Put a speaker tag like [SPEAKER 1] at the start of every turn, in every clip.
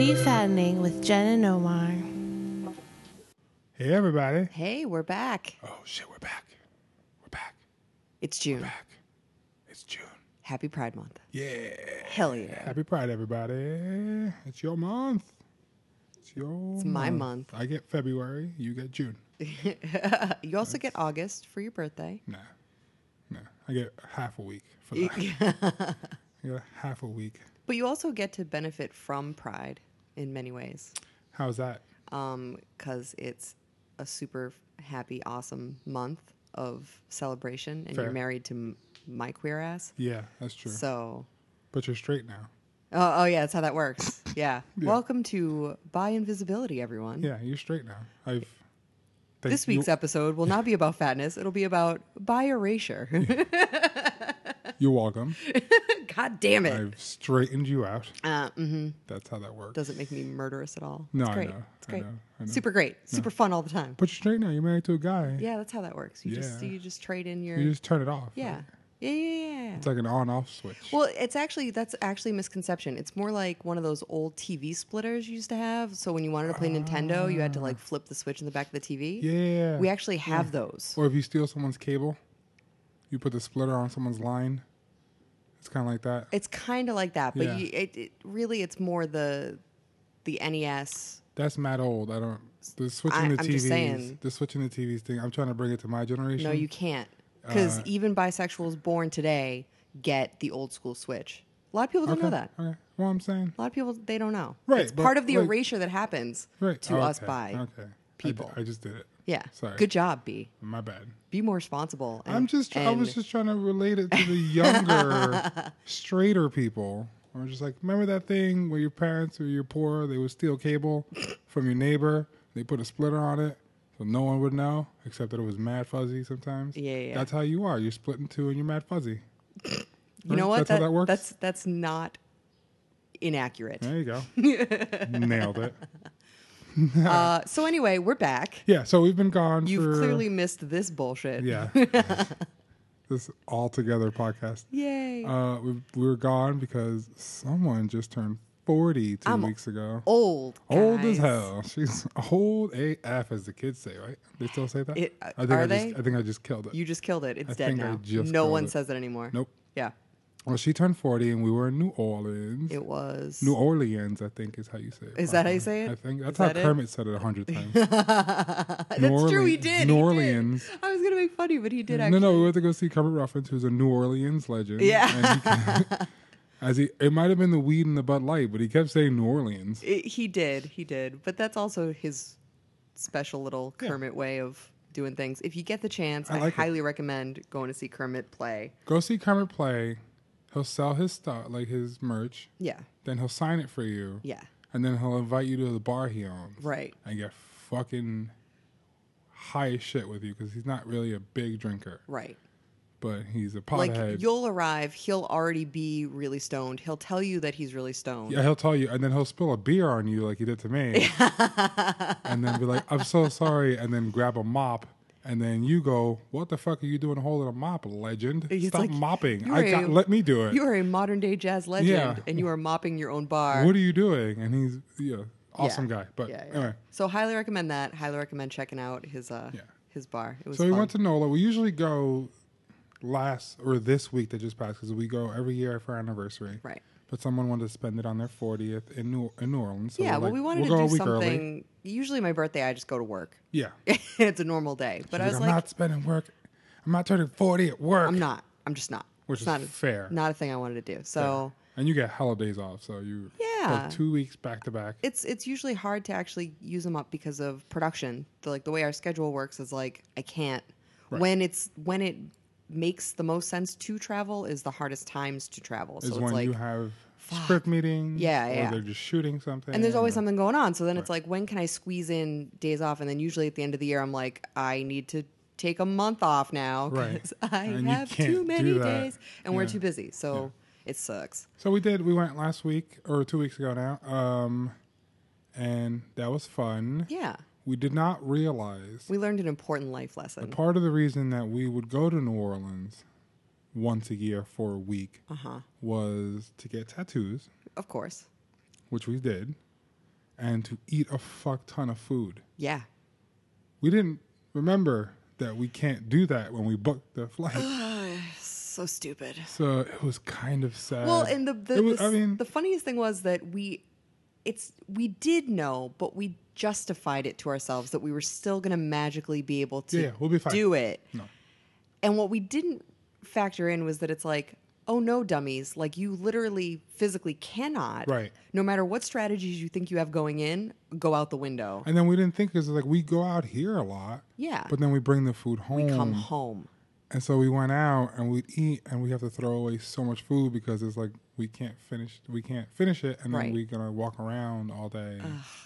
[SPEAKER 1] Blending with Jen and Omar.
[SPEAKER 2] Hey, everybody.
[SPEAKER 3] Hey, we're back.
[SPEAKER 2] Oh, shit, we're back. We're back.
[SPEAKER 3] It's June.
[SPEAKER 2] Back. It's June.
[SPEAKER 3] Happy Pride Month.
[SPEAKER 2] Yeah.
[SPEAKER 3] Hell yeah.
[SPEAKER 2] Happy Pride, everybody. It's your month. It's your
[SPEAKER 3] It's my month.
[SPEAKER 2] I get February. You get June.
[SPEAKER 3] You also get August for your birthday.
[SPEAKER 2] Nah. Nah. I get half a week for that. I get a half a week.
[SPEAKER 3] But you also get to benefit from Pride in many ways
[SPEAKER 2] How's that?
[SPEAKER 3] because it's a super happy, awesome month of celebration. And
[SPEAKER 2] Fair.
[SPEAKER 3] you're married to m- my queer ass.
[SPEAKER 2] Yeah, that's true.
[SPEAKER 3] So,
[SPEAKER 2] but you're straight now.
[SPEAKER 3] oh, oh, yeah, that's how that works. Yeah. Welcome to Buy Invisibility, everyone.
[SPEAKER 2] Yeah, you're straight now. I've. Thank
[SPEAKER 3] This week's
[SPEAKER 2] you,
[SPEAKER 3] episode will not be about fatness. It'll be about bi erasure.
[SPEAKER 2] You're welcome.
[SPEAKER 3] God damn it.
[SPEAKER 2] I've straightened you out.
[SPEAKER 3] Uh, mm-hmm.
[SPEAKER 2] That's how that works.
[SPEAKER 3] Doesn't make me murderous at all.
[SPEAKER 2] No,
[SPEAKER 3] it's
[SPEAKER 2] I
[SPEAKER 3] great.
[SPEAKER 2] know.
[SPEAKER 3] It's
[SPEAKER 2] I
[SPEAKER 3] great.
[SPEAKER 2] know. I know.
[SPEAKER 3] Super great. Super fun all the time.
[SPEAKER 2] But you're straight now. You're married to a guy.
[SPEAKER 3] Yeah, that's how that works. You just
[SPEAKER 2] Yeah.
[SPEAKER 3] you just trade in your
[SPEAKER 2] You just turn it off.
[SPEAKER 3] yeah.
[SPEAKER 2] right?
[SPEAKER 3] yeah yeah yeah. yeah.
[SPEAKER 2] It's like an on-off switch.
[SPEAKER 3] well, it's actually that's actually a misconception. It's more like one of those old TV splitters you used to have. So when you wanted to play Nintendo, you had to like flip the switch in the back of the TV.
[SPEAKER 2] yeah.
[SPEAKER 3] We actually have those.
[SPEAKER 2] or if you steal someone's cable, you put the splitter on someone's line. It's kind of like that.
[SPEAKER 3] It's kind of like that, but
[SPEAKER 2] Yeah.
[SPEAKER 3] you, it, it really it's more the the E NES.
[SPEAKER 2] That's mad old. I don't. The switching
[SPEAKER 3] I-
[SPEAKER 2] the
[SPEAKER 3] I'm
[SPEAKER 2] TVs.
[SPEAKER 3] just saying.
[SPEAKER 2] The switching the TVs thing. I'm trying to bring it to my generation.
[SPEAKER 3] No, you can't. Because
[SPEAKER 2] Mm-hmm. Uh,
[SPEAKER 3] even bisexuals born today get the old school switch. A lot of people don't
[SPEAKER 2] okay.
[SPEAKER 3] know that.
[SPEAKER 2] Okay. Well, I'm saying.
[SPEAKER 3] A lot of people they don't know.
[SPEAKER 2] Right,
[SPEAKER 3] It's
[SPEAKER 2] but,
[SPEAKER 3] part of the
[SPEAKER 2] like-
[SPEAKER 3] erasure that happens
[SPEAKER 2] Right.
[SPEAKER 3] to
[SPEAKER 2] Oh,
[SPEAKER 3] us
[SPEAKER 2] okay.
[SPEAKER 3] by.
[SPEAKER 2] Okay. I d-
[SPEAKER 3] people.
[SPEAKER 2] I, just did it.
[SPEAKER 3] Yeah.
[SPEAKER 2] Sorry.
[SPEAKER 3] Good job, B.
[SPEAKER 2] My bad.
[SPEAKER 3] Be more responsible. and-
[SPEAKER 2] I'm just. I was
[SPEAKER 3] and-
[SPEAKER 2] just trying to relate it to the younger, straighter people. Or just like, remember that thing where your parents or you're poor, they would steal cable from your neighbor. They put a splitter on it, so no one would know, except that it was mad fuzzy sometimes.
[SPEAKER 3] Yeah, yeah.
[SPEAKER 2] That's how you are. You're splitting two, and you're mad fuzzy.
[SPEAKER 3] You know what?
[SPEAKER 2] That's how that works.
[SPEAKER 3] That's that's not inaccurate.
[SPEAKER 2] There you go. Nailed it.
[SPEAKER 3] Uh, so anyway, we're back.
[SPEAKER 2] Yeah. So we've been gone.
[SPEAKER 3] You've
[SPEAKER 2] for,
[SPEAKER 3] clearly missed this bullshit.
[SPEAKER 2] Yeah. this all together podcast.
[SPEAKER 3] Yay.
[SPEAKER 2] Uh, we, we were gone because someone just turned 40 two
[SPEAKER 3] I'm
[SPEAKER 2] weeks ago.
[SPEAKER 3] old.
[SPEAKER 2] Old as
[SPEAKER 3] guys.
[SPEAKER 2] hell. She's old AF, as the kids say, right? They still say that.
[SPEAKER 3] It-
[SPEAKER 2] I think
[SPEAKER 3] are
[SPEAKER 2] I
[SPEAKER 3] they?
[SPEAKER 2] Just, I think I just killed it.
[SPEAKER 3] You just killed it. It's
[SPEAKER 2] I
[SPEAKER 3] dead
[SPEAKER 2] think I
[SPEAKER 3] now.
[SPEAKER 2] just
[SPEAKER 3] no
[SPEAKER 2] killed
[SPEAKER 3] one
[SPEAKER 2] it.
[SPEAKER 3] says it anymore.
[SPEAKER 2] nope.
[SPEAKER 3] Yeah.
[SPEAKER 2] Well, she turned 40, and we were in New Orleans.
[SPEAKER 3] It was
[SPEAKER 2] New Orleans, I think, is how you say it.
[SPEAKER 3] Is that how
[SPEAKER 2] probably.
[SPEAKER 3] you say it?
[SPEAKER 2] I think that's
[SPEAKER 3] Is
[SPEAKER 2] how
[SPEAKER 3] that it?
[SPEAKER 2] Kermit said it a hundred times.
[SPEAKER 3] That's true, he
[SPEAKER 2] Orleans- New
[SPEAKER 3] did. he did.
[SPEAKER 2] Orleans.
[SPEAKER 3] I was gonna make funny, but he did
[SPEAKER 2] no,
[SPEAKER 3] actually
[SPEAKER 2] no, we went to go see Kermit Ruffins, who's a New Orleans legend.
[SPEAKER 3] Yeah.
[SPEAKER 2] And he- as he, it might have been the weed and the Bud Light, but he kept saying New Orleans.
[SPEAKER 3] It, he did, he did. But that's also his special little
[SPEAKER 2] Yeah.
[SPEAKER 3] Kermit way of doing things. If you get the chance,
[SPEAKER 2] I
[SPEAKER 3] I,
[SPEAKER 2] like it.
[SPEAKER 3] highly recommend going to see Kermit play.
[SPEAKER 2] Go see Kermit play. He'll sell his stuff, like his merch.
[SPEAKER 3] Yeah,
[SPEAKER 2] Then he'll sign it for you.
[SPEAKER 3] yeah,
[SPEAKER 2] And then he'll invite you to the bar he owns.
[SPEAKER 3] right.
[SPEAKER 2] And get fucking high as shit with you because he's not really a big drinker,
[SPEAKER 3] Right.
[SPEAKER 2] but he's a
[SPEAKER 3] Like
[SPEAKER 2] pothead.
[SPEAKER 3] you'll arrive, he'll already be really stoned. He'll tell you that he's really stoned.
[SPEAKER 2] yeah, he'll tell you, and then he'll spill a beer on you like he did to me, and then be like, "I'm so sorry," and then grab a mop, and then you go, "What the fuck are you doing holding a mop, legend?
[SPEAKER 3] It's
[SPEAKER 2] Stop
[SPEAKER 3] like,
[SPEAKER 2] mopping!
[SPEAKER 3] you
[SPEAKER 2] I
[SPEAKER 3] are
[SPEAKER 2] got,
[SPEAKER 3] a-
[SPEAKER 2] let me do it.
[SPEAKER 3] You are a modern day jazz legend,
[SPEAKER 2] Yeah.
[SPEAKER 3] and you are mopping your own bar.
[SPEAKER 2] What are you doing?" And he's yeah, awesome
[SPEAKER 3] Yeah.
[SPEAKER 2] guy. But
[SPEAKER 3] Yeah, yeah.
[SPEAKER 2] anyway,
[SPEAKER 3] So highly recommend that. Highly recommend checking out his uh
[SPEAKER 2] Yeah.
[SPEAKER 3] his bar. It was
[SPEAKER 2] So we
[SPEAKER 3] fun.
[SPEAKER 2] went to NOLA. We usually go last or this week that just passed because we go every year for our anniversary.
[SPEAKER 3] right.
[SPEAKER 2] But someone wanted to spend it on their 40th in New, in New Orleans. So we're
[SPEAKER 3] yeah, well,
[SPEAKER 2] like,
[SPEAKER 3] we wanted
[SPEAKER 2] we'll go
[SPEAKER 3] to
[SPEAKER 2] a
[SPEAKER 3] do
[SPEAKER 2] week early."
[SPEAKER 3] something. Usually, my birthday, I just go to work.
[SPEAKER 2] Yeah.
[SPEAKER 3] it's a normal day, but
[SPEAKER 2] She's
[SPEAKER 3] I was
[SPEAKER 2] I'm
[SPEAKER 3] like,
[SPEAKER 2] not spending work. I'm not turning 40 at work.
[SPEAKER 3] I'm not. I'm just not.
[SPEAKER 2] Which
[SPEAKER 3] It's
[SPEAKER 2] is
[SPEAKER 3] not a,
[SPEAKER 2] fair.
[SPEAKER 3] Not a thing I wanted to do. So
[SPEAKER 2] And you get holidays off. So you
[SPEAKER 3] Yeah.
[SPEAKER 2] like two weeks back to back.
[SPEAKER 3] it's it's usually hard to actually use them up because of production. The, like the way our schedule works is like I can't. When it's when it makes the most sense to travel is the hardest times to travel.
[SPEAKER 2] Is
[SPEAKER 3] So it's
[SPEAKER 2] when
[SPEAKER 3] like
[SPEAKER 2] you have script meetings.
[SPEAKER 3] Yeah,
[SPEAKER 2] Or
[SPEAKER 3] yeah.
[SPEAKER 2] they're just shooting something.
[SPEAKER 3] and there's always
[SPEAKER 2] or-
[SPEAKER 3] something going on. So then it's like, when can I squeeze in days off? And then usually at the end of the year, I'm like, I need to take a month off now
[SPEAKER 2] Right.
[SPEAKER 3] because I
[SPEAKER 2] And you
[SPEAKER 3] have
[SPEAKER 2] can't
[SPEAKER 3] too
[SPEAKER 2] do
[SPEAKER 3] many
[SPEAKER 2] that.
[SPEAKER 3] days and we're
[SPEAKER 2] Yeah.
[SPEAKER 3] too busy. So it sucks.
[SPEAKER 2] So we did. We went last week or two weeks ago now. Um, and that was fun.
[SPEAKER 3] Yeah.
[SPEAKER 2] We did not realize
[SPEAKER 3] We learned an important life lesson.
[SPEAKER 2] part of the reason that we would go to New Orleans once a year for a week
[SPEAKER 3] Uh huh.
[SPEAKER 2] was to get tattoos,
[SPEAKER 3] Of course.
[SPEAKER 2] which we did, and to eat a fuck ton of food.
[SPEAKER 3] Yeah.
[SPEAKER 2] We didn't remember that we can't do that when we booked the flight.
[SPEAKER 3] So stupid.
[SPEAKER 2] so it was kind of sad.
[SPEAKER 3] Well, and the the,
[SPEAKER 2] It was-
[SPEAKER 3] the,
[SPEAKER 2] I mean,
[SPEAKER 3] the funniest thing was that we it's we did know, but we justified it to ourselves that we were still going to magically be able to
[SPEAKER 2] Yeah, yeah, we'll be fine.
[SPEAKER 3] do it.
[SPEAKER 2] No.
[SPEAKER 3] And what we didn't factor in was that it's like, oh no, dummies, like you literally physically cannot.
[SPEAKER 2] Right.
[SPEAKER 3] No matter what strategies you think you have going in, go out the window.
[SPEAKER 2] and then we didn't think because like we go out here a lot.
[SPEAKER 3] Yeah.
[SPEAKER 2] But um, then we bring the food home.
[SPEAKER 3] Come home.
[SPEAKER 2] And so we went out and we'd eat and we have to throw away so much food because it's like we can't finish we can't finish it and then
[SPEAKER 3] Right.
[SPEAKER 2] we're gonna walk around all day.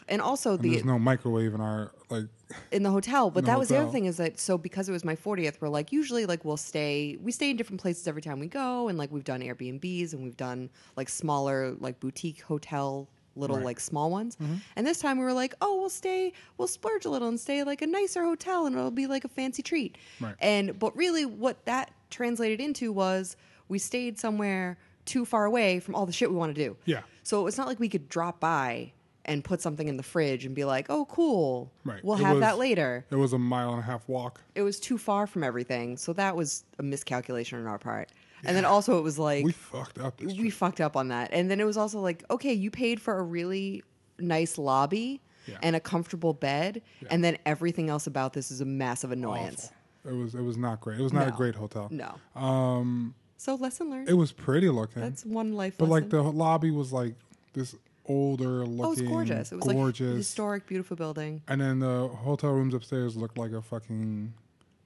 [SPEAKER 3] And also
[SPEAKER 2] and
[SPEAKER 3] the
[SPEAKER 2] there's no microwave in our like
[SPEAKER 3] in the hotel. But
[SPEAKER 2] the
[SPEAKER 3] that was the other
[SPEAKER 2] hotel.
[SPEAKER 3] thing is that so because it was my 40th, we're like usually like we'll stay we stay in different places every time we go, and like we've done Airbnbs and we've done like smaller like boutique hotel little like small ones.
[SPEAKER 2] Mm-hmm.
[SPEAKER 3] And this time we were like, oh, we'll stay, we'll splurge a little and stay at, like a nicer hotel, and it'll be like a fancy treat.
[SPEAKER 2] Right.
[SPEAKER 3] And but really, what that translated into was we stayed somewhere too far away from all the shit we want to do.
[SPEAKER 2] Yeah.
[SPEAKER 3] So it's not like we could drop by and put something in the fridge and be like, oh, cool.
[SPEAKER 2] Right.
[SPEAKER 3] We'll
[SPEAKER 2] It
[SPEAKER 3] have
[SPEAKER 2] was-
[SPEAKER 3] that later.
[SPEAKER 2] it was a mile and a half walk.
[SPEAKER 3] It was too far from everything. So that was a miscalculation on our part. And then also it was like
[SPEAKER 2] We
[SPEAKER 3] we,
[SPEAKER 2] fucked up this trip.
[SPEAKER 3] fucked up on that. And then it was also like, okay, you paid for a really nice lobby
[SPEAKER 2] Yeah.
[SPEAKER 3] and a comfortable bed and then everything else about this is a massive annoyance.
[SPEAKER 2] It was it was not great. It was not a
[SPEAKER 3] No.
[SPEAKER 2] great hotel.
[SPEAKER 3] No.
[SPEAKER 2] Um
[SPEAKER 3] So lesson learned.
[SPEAKER 2] it was pretty looking.
[SPEAKER 3] That's one life
[SPEAKER 2] but
[SPEAKER 3] lesson.
[SPEAKER 2] like the lobby was like this older looking
[SPEAKER 3] Oh, it was gorgeous. It was like
[SPEAKER 2] gorgeous.
[SPEAKER 3] historic, beautiful building.
[SPEAKER 2] and then the hotel rooms upstairs looked like a fucking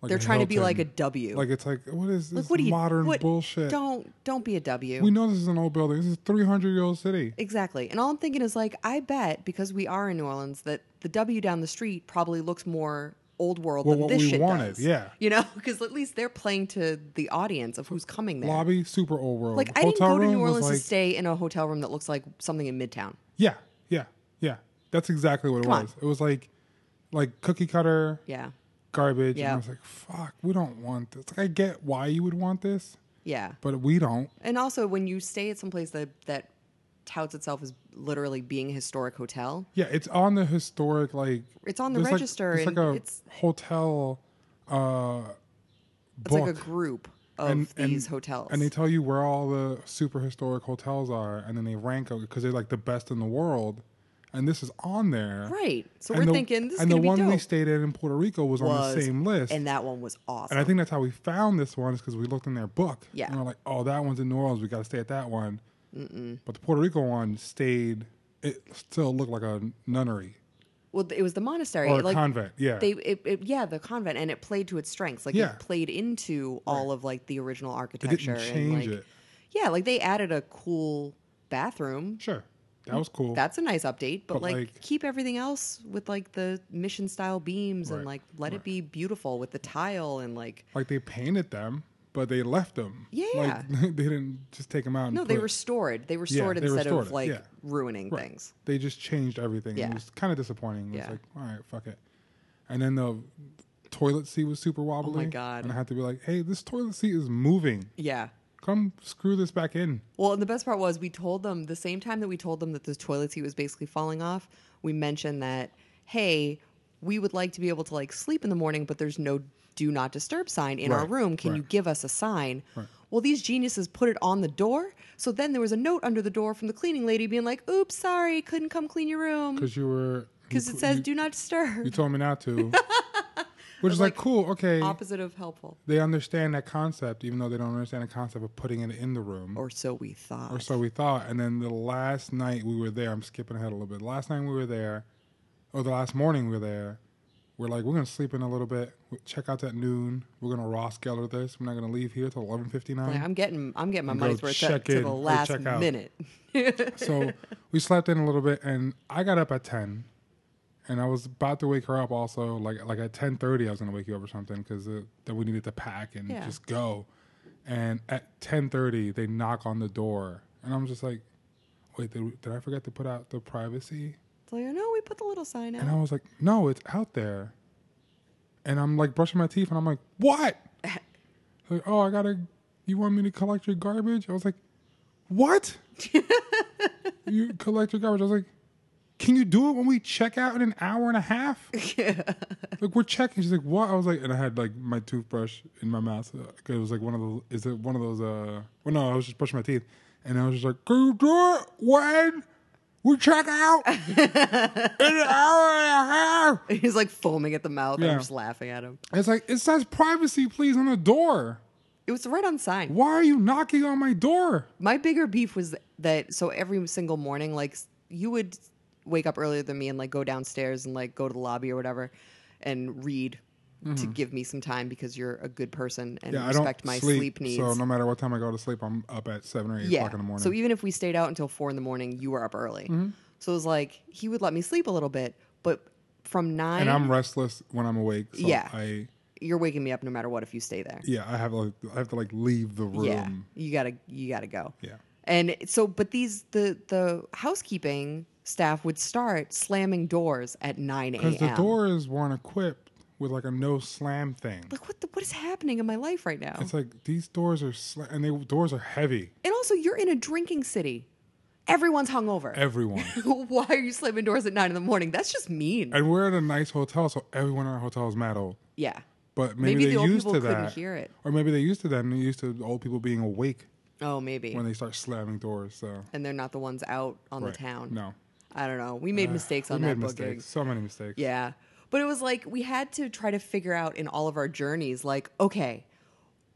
[SPEAKER 2] like
[SPEAKER 3] They're
[SPEAKER 2] a
[SPEAKER 3] trying to be
[SPEAKER 2] Hilton.
[SPEAKER 3] like a W.
[SPEAKER 2] like it's like what is this
[SPEAKER 3] Like, what do you
[SPEAKER 2] modern
[SPEAKER 3] what-
[SPEAKER 2] bullshit?
[SPEAKER 3] Don't don't be a W.
[SPEAKER 2] We know this is an old building. This is three hundred year old city.
[SPEAKER 3] exactly. And all I'm thinking is like, I bet because we are in New Orleans that the W down the street probably looks more old world
[SPEAKER 2] Well,
[SPEAKER 3] than
[SPEAKER 2] what
[SPEAKER 3] this
[SPEAKER 2] we
[SPEAKER 3] shit
[SPEAKER 2] wanted,
[SPEAKER 3] does.
[SPEAKER 2] yeah.
[SPEAKER 3] you know, because at least they're playing to the audience of who's coming there.
[SPEAKER 2] Lobby, super old world.
[SPEAKER 3] Like I didn't go to
[SPEAKER 2] room
[SPEAKER 3] New
[SPEAKER 2] was
[SPEAKER 3] Orleans
[SPEAKER 2] like-
[SPEAKER 3] to stay in a hotel room that looks like something in Midtown.
[SPEAKER 2] Yeah, yeah, yeah. That's exactly what it
[SPEAKER 3] Come on.
[SPEAKER 2] was. It was like like cookie cutter
[SPEAKER 3] Yeah,
[SPEAKER 2] garbage. And
[SPEAKER 3] Yeah.
[SPEAKER 2] I was like, fuck, we don't want this. Like I get why you would want this,
[SPEAKER 3] yeah.
[SPEAKER 2] but we don't.
[SPEAKER 3] And also, when you stay at some place that that touts itself as literally being a historic hotel,
[SPEAKER 2] Yeah, it's on the historic like
[SPEAKER 3] It's on the
[SPEAKER 2] there's like-
[SPEAKER 3] register
[SPEAKER 2] It's
[SPEAKER 3] and
[SPEAKER 2] like a
[SPEAKER 3] it's-
[SPEAKER 2] hotel uh
[SPEAKER 3] it's
[SPEAKER 2] book.
[SPEAKER 3] like a group of
[SPEAKER 2] And- and-
[SPEAKER 3] these hotels.
[SPEAKER 2] and they tell you where all the super historic hotels are, and then they rank them because they're like the best in the world, and this is on there.
[SPEAKER 3] Right. So
[SPEAKER 2] And
[SPEAKER 3] we're
[SPEAKER 2] the-
[SPEAKER 3] thinking this
[SPEAKER 2] and
[SPEAKER 3] is
[SPEAKER 2] the
[SPEAKER 3] gonna
[SPEAKER 2] one
[SPEAKER 3] be dope.
[SPEAKER 2] we stayed at in Puerto Rico was, on the
[SPEAKER 3] Was-
[SPEAKER 2] same list,
[SPEAKER 3] and that one was awesome.
[SPEAKER 2] And I think that's how we found this one is because we looked in their book.
[SPEAKER 3] Yeah.
[SPEAKER 2] And we're like, oh, that one's in New Orleans. We got to stay at that one. Mm-mm. But the Puerto Rico one stayed. It still looked like a nunnery
[SPEAKER 3] well, it was the monastery,
[SPEAKER 2] or a
[SPEAKER 3] like
[SPEAKER 2] convent. Yeah.
[SPEAKER 3] they, it, it, yeah, the convent, and it played to its strengths. Like
[SPEAKER 2] Yeah.
[SPEAKER 3] it played into all of like the original
[SPEAKER 2] didn't
[SPEAKER 3] architecture.
[SPEAKER 2] change
[SPEAKER 3] and, like,
[SPEAKER 2] it.
[SPEAKER 3] Yeah, like they added a cool bathroom.
[SPEAKER 2] sure. That
[SPEAKER 3] Mm,
[SPEAKER 2] was cool.
[SPEAKER 3] That's a nice update, but,
[SPEAKER 2] But,
[SPEAKER 3] like,
[SPEAKER 2] like-
[SPEAKER 3] keep everything else with like the mission style beams
[SPEAKER 2] Right,
[SPEAKER 3] and like let it be beautiful with the tile and like
[SPEAKER 2] like they painted them, but they left them.
[SPEAKER 3] Yeah.
[SPEAKER 2] Like they didn't just take them out. And
[SPEAKER 3] no, they
[SPEAKER 2] put-
[SPEAKER 3] restored. They restored
[SPEAKER 2] they
[SPEAKER 3] instead
[SPEAKER 2] restored
[SPEAKER 3] of
[SPEAKER 2] it,
[SPEAKER 3] like
[SPEAKER 2] yeah.
[SPEAKER 3] ruining
[SPEAKER 2] Right.
[SPEAKER 3] things.
[SPEAKER 2] They just changed everything.
[SPEAKER 3] Yeah.
[SPEAKER 2] It was kind of disappointing. It
[SPEAKER 3] Yeah.
[SPEAKER 2] was like, all right, fuck it. And then the toilet seat was super wobbly.
[SPEAKER 3] Oh God.
[SPEAKER 2] And I had to be like, hey, this toilet seat is moving.
[SPEAKER 3] Yeah.
[SPEAKER 2] Come screw this back in.
[SPEAKER 3] Well, and the best part was we told them the same time that we told them that the toilet seat was basically falling off, we mentioned that, hey, we would like to be able to like sleep in the morning, but there's no do not disturb sign in our
[SPEAKER 2] Right,
[SPEAKER 3] room. Can you
[SPEAKER 2] right.
[SPEAKER 3] give us a sign? Well, these geniuses put it on the door. So then there was a note under the door from the cleaning lady being like, oops, sorry, couldn't come clean your room.
[SPEAKER 2] Because you were.
[SPEAKER 3] Because
[SPEAKER 2] you-
[SPEAKER 3] it says
[SPEAKER 2] you-
[SPEAKER 3] do not disturb.
[SPEAKER 2] You told me not to. Which is like,
[SPEAKER 3] like,
[SPEAKER 2] cool, okay.
[SPEAKER 3] Opposite of helpful.
[SPEAKER 2] They understand that concept, even though they don't understand the concept of putting it in the room.
[SPEAKER 3] Or so we thought.
[SPEAKER 2] or so we thought. And then the last night we were there, I'm skipping ahead a little bit. Last night we were there, or the last morning we were there, we're like, we're gonna sleep in a little bit. we check out at noon. We're gonna Ross Geller this. We're not gonna leave here till 11:59.
[SPEAKER 3] Like, I'm getting I'm getting my
[SPEAKER 2] Go
[SPEAKER 3] money's worth to,
[SPEAKER 2] check
[SPEAKER 3] to
[SPEAKER 2] in,
[SPEAKER 3] the
[SPEAKER 2] go
[SPEAKER 3] last
[SPEAKER 2] check out.
[SPEAKER 3] minute.
[SPEAKER 2] so we slept in a little bit, and I got up at 10, and I was about to wake her up. Also, like like at 10:30, I was gonna wake you up or something because then we needed to pack and
[SPEAKER 3] Yeah.
[SPEAKER 2] just go. And at 10:30, they knock on the door, and I'm just like, wait, did, we- did I forget to put out the privacy?
[SPEAKER 3] It's like, no, we put the little sign out.
[SPEAKER 2] And I was like, no, it's out there. And I'm like brushing my teeth and I'm like, what? like, oh, I gotta, you want me to collect your garbage? I was like, what? you collect your garbage? I was like, Can you do it when we check out in an hour and a half? like we're checking. She's like, what? I was like, and I had like my toothbrush in my mouth. uh, 'cause It was like one of those. Is it one of those? Uh, well, no, I was just brushing my teeth, and I was just like, can you do it when we check out in an hour and a half?
[SPEAKER 3] He's like foaming at the mouth.
[SPEAKER 2] Yeah.
[SPEAKER 3] I'm just laughing at him.
[SPEAKER 2] It's like it says privacy, please, on the door.
[SPEAKER 3] It was right on sign.
[SPEAKER 2] Why are you knocking on my door?
[SPEAKER 3] My bigger beef was that so every single morning, like you would wake up earlier than me and like go downstairs and like go to the lobby or whatever and read to give me some time because you're a good person
[SPEAKER 2] Mm-hmm.
[SPEAKER 3] and
[SPEAKER 2] Yeah, I
[SPEAKER 3] respect
[SPEAKER 2] don't
[SPEAKER 3] my
[SPEAKER 2] sleep,
[SPEAKER 3] sleep, needs.
[SPEAKER 2] So no matter what time I go to sleep, I'm up at seven or eight
[SPEAKER 3] yeah.
[SPEAKER 2] o'clock in the morning. Mm-hmm.
[SPEAKER 3] So even if we stayed out until four in the morning, you were up early. So it was like he would let me sleep a little bit, but from nine,
[SPEAKER 2] and I'm restless when I'm awake. So
[SPEAKER 3] Yeah.
[SPEAKER 2] I
[SPEAKER 3] you're waking me up no matter what if you stay there.
[SPEAKER 2] yeah, I have like I have to like leave the room.
[SPEAKER 3] Yeah, you gotta you gotta go.
[SPEAKER 2] Yeah.
[SPEAKER 3] And so, but these the the housekeeping staff would start slamming doors at nine a.m.
[SPEAKER 2] Because the doors weren't equipped with like a no slam thing.
[SPEAKER 3] Like what the what is happening in my life right now?
[SPEAKER 2] It's like these doors are sla- and they doors are heavy.
[SPEAKER 3] and also, you're in a drinking city. Everyone's hungover.
[SPEAKER 2] Everyone.
[SPEAKER 3] Why are you slamming doors at nine in the morning? That's just mean.
[SPEAKER 2] and we're at a nice hotel, so everyone in our hotel is mad old.
[SPEAKER 3] yeah.
[SPEAKER 2] But maybe,
[SPEAKER 3] Maybe
[SPEAKER 2] they're
[SPEAKER 3] the old
[SPEAKER 2] used
[SPEAKER 3] people
[SPEAKER 2] to
[SPEAKER 3] couldn't
[SPEAKER 2] that.
[SPEAKER 3] hear it.
[SPEAKER 2] Or maybe they're used to that and they're used to old people being awake
[SPEAKER 3] Oh, maybe.
[SPEAKER 2] when they start slamming doors. So
[SPEAKER 3] and they're not the ones out on
[SPEAKER 2] Right.
[SPEAKER 3] the town.
[SPEAKER 2] No. Uh,
[SPEAKER 3] I don't know. We made mistakes
[SPEAKER 2] we
[SPEAKER 3] on
[SPEAKER 2] made
[SPEAKER 3] that
[SPEAKER 2] mistakes.
[SPEAKER 3] booking.
[SPEAKER 2] So many mistakes.
[SPEAKER 3] Yeah. But it was like we had to try to figure out in all of our journeys, like, okay,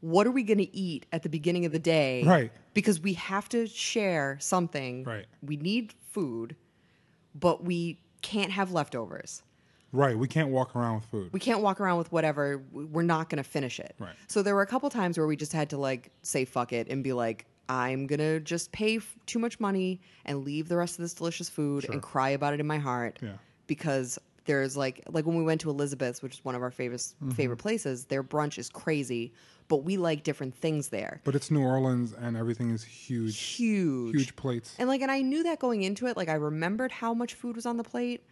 [SPEAKER 3] what are we going to eat at the beginning of the day?
[SPEAKER 2] Right.
[SPEAKER 3] Because we have to share something.
[SPEAKER 2] Right.
[SPEAKER 3] We need food, but we can't have leftovers.
[SPEAKER 2] Right. We can't walk around with food.
[SPEAKER 3] We can't walk around with whatever. We're not going to finish it.
[SPEAKER 2] Right.
[SPEAKER 3] So there were a couple times where we just had to like say fuck it and be like, I'm going to just pay f- too much money and leave the rest of this delicious food and cry about it in my heart.
[SPEAKER 2] Yeah.
[SPEAKER 3] Because there's like, like when we went to Elizabeth's, which is one of our favorite,
[SPEAKER 2] Mm-hmm.
[SPEAKER 3] favorite places, their brunch is crazy, but we like different things there.
[SPEAKER 2] but it's New Orleans and everything is huge,
[SPEAKER 3] Huge.
[SPEAKER 2] huge plates.
[SPEAKER 3] And like, and I knew that going into it. Like, I remembered how much food was on the plate,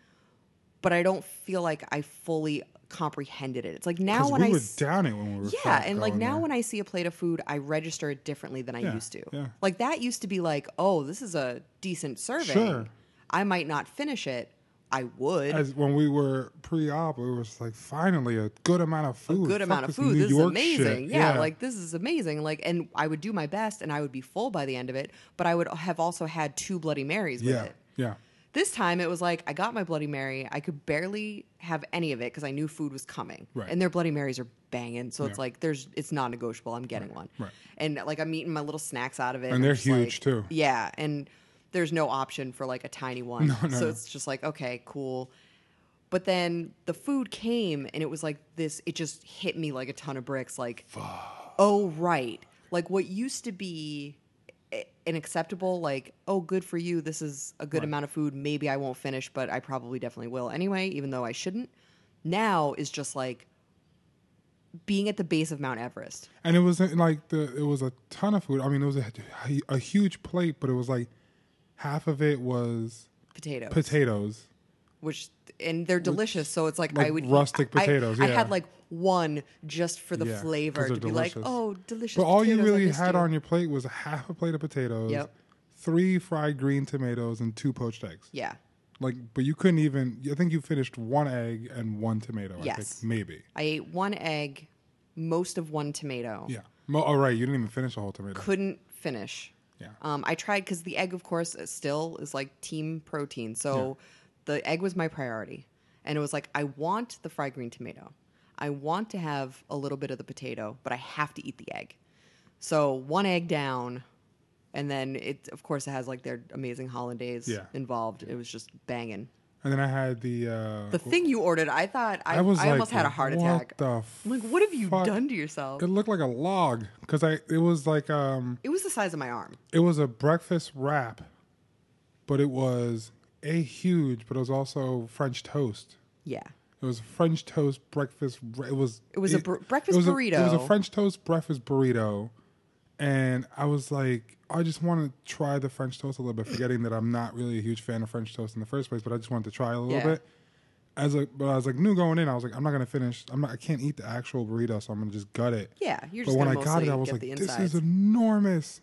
[SPEAKER 3] but I don't feel like I fully comprehended it. It's like now
[SPEAKER 2] Because
[SPEAKER 3] when
[SPEAKER 2] we
[SPEAKER 3] I
[SPEAKER 2] were
[SPEAKER 3] s-
[SPEAKER 2] down it when we were
[SPEAKER 3] yeah, and like now
[SPEAKER 2] when
[SPEAKER 3] when I see a plate of food, I register it differently than I
[SPEAKER 2] Yeah,
[SPEAKER 3] used to.
[SPEAKER 2] yeah.
[SPEAKER 3] Like that used to be like, oh, this is a decent serving.
[SPEAKER 2] Sure.
[SPEAKER 3] I might not finish it. I would.
[SPEAKER 2] as when we were pre-op, it was like finally a good amount of food.
[SPEAKER 3] good
[SPEAKER 2] Fuck
[SPEAKER 3] amount of
[SPEAKER 2] this
[SPEAKER 3] food.
[SPEAKER 2] New
[SPEAKER 3] This is
[SPEAKER 2] York
[SPEAKER 3] amazing.
[SPEAKER 2] shit.
[SPEAKER 3] Yeah, like this is amazing. Like, and I would do my best, and I would be full by the end of it. But I would have also had two Bloody Marys with
[SPEAKER 2] yeah,
[SPEAKER 3] it.
[SPEAKER 2] yeah.
[SPEAKER 3] This time it was like I got my Bloody Mary. I could barely have any of it because I knew food was coming.
[SPEAKER 2] Right.
[SPEAKER 3] And their Bloody Marys are banging, so it's
[SPEAKER 2] Yeah.
[SPEAKER 3] like there's it's non-negotiable. I'm getting one.
[SPEAKER 2] right.
[SPEAKER 3] And like I'm eating my little snacks out of it.
[SPEAKER 2] they're
[SPEAKER 3] I'm just
[SPEAKER 2] huge,
[SPEAKER 3] like-
[SPEAKER 2] too.
[SPEAKER 3] Yeah, and there's no option for like a tiny one.
[SPEAKER 2] No, no,
[SPEAKER 3] so
[SPEAKER 2] no.
[SPEAKER 3] it's just like okay, cool. But then the food came and it was like this. It just hit me like a ton of bricks. Like, oh right, like what used to be a- an acceptable like oh good for you this is a good amount of food maybe i won't finish but i probably definitely will anyway even though i shouldn't now is just like being at the base of mount everest
[SPEAKER 2] And it was not like the it was a ton of food. I mean, it was a, a huge plate, but it was like half of it was
[SPEAKER 3] potatoes
[SPEAKER 2] potatoes.
[SPEAKER 3] which and they're delicious so it's like, i
[SPEAKER 2] like
[SPEAKER 3] would eat-
[SPEAKER 2] rustic
[SPEAKER 3] I-
[SPEAKER 2] potatoes,
[SPEAKER 3] I,
[SPEAKER 2] yeah.
[SPEAKER 3] had like one just for the
[SPEAKER 2] Yeah, 'cause
[SPEAKER 3] flavor to
[SPEAKER 2] they're
[SPEAKER 3] be like
[SPEAKER 2] delicious.
[SPEAKER 3] oh delicious
[SPEAKER 2] But all you
[SPEAKER 3] potatoes, I
[SPEAKER 2] really
[SPEAKER 3] missed
[SPEAKER 2] had
[SPEAKER 3] you."
[SPEAKER 2] on your plate was a half a plate of potatoes,
[SPEAKER 3] Yep.
[SPEAKER 2] three fried green tomatoes, and two poached eggs.
[SPEAKER 3] yeah
[SPEAKER 2] Like, but you couldn't even. I think you finished one egg and one tomato. I
[SPEAKER 3] Yes.
[SPEAKER 2] think maybe.
[SPEAKER 3] i ate one egg most of one tomato
[SPEAKER 2] Yeah. Mo- oh right, you didn't even finish the whole tomato.
[SPEAKER 3] couldn't finish.
[SPEAKER 2] Yeah.
[SPEAKER 3] Um, I tried because the egg, of course, is still is like team protein. So the egg was my priority. And it was like, I want the fried green tomato. I want to have a little bit of the potato, but I have to eat the egg. So one egg down. And then it, of course, it has like their amazing hollandaise
[SPEAKER 2] Yeah.
[SPEAKER 3] involved. It was just banging.
[SPEAKER 2] And then I had the. Uh,
[SPEAKER 3] The thing you ordered, I thought I,
[SPEAKER 2] I was
[SPEAKER 3] I
[SPEAKER 2] like,
[SPEAKER 3] almost had a heart
[SPEAKER 2] what
[SPEAKER 3] attack.
[SPEAKER 2] The
[SPEAKER 3] I'm like, what have you
[SPEAKER 2] fuck?"
[SPEAKER 3] done to yourself?
[SPEAKER 2] It looked like a log because I. It was like um.
[SPEAKER 3] It was the size of my arm.
[SPEAKER 2] It was a breakfast wrap, but it was a huge. But it was also French toast.
[SPEAKER 3] Yeah.
[SPEAKER 2] It was French toast breakfast. br- It was
[SPEAKER 3] It was a br- breakfast
[SPEAKER 2] it was a- it was a
[SPEAKER 3] burrito.
[SPEAKER 2] French toast breakfast burrito, and I was like, I just want to try the French toast a little bit, forgetting that I'm not really a huge fan of French toast in the first place. But I just wanted to try a little
[SPEAKER 3] Yeah.
[SPEAKER 2] bit. As a, but I was like, new going in, I was like, I'm not gonna finish. I'm not. I can't eat the actual burrito, so I'm gonna just gut it.
[SPEAKER 3] Yeah, you're
[SPEAKER 2] but
[SPEAKER 3] just
[SPEAKER 2] when I
[SPEAKER 3] gonna
[SPEAKER 2] got it,
[SPEAKER 3] mostly
[SPEAKER 2] I was
[SPEAKER 3] get
[SPEAKER 2] like,
[SPEAKER 3] the
[SPEAKER 2] this
[SPEAKER 3] insides.
[SPEAKER 2] is enormous.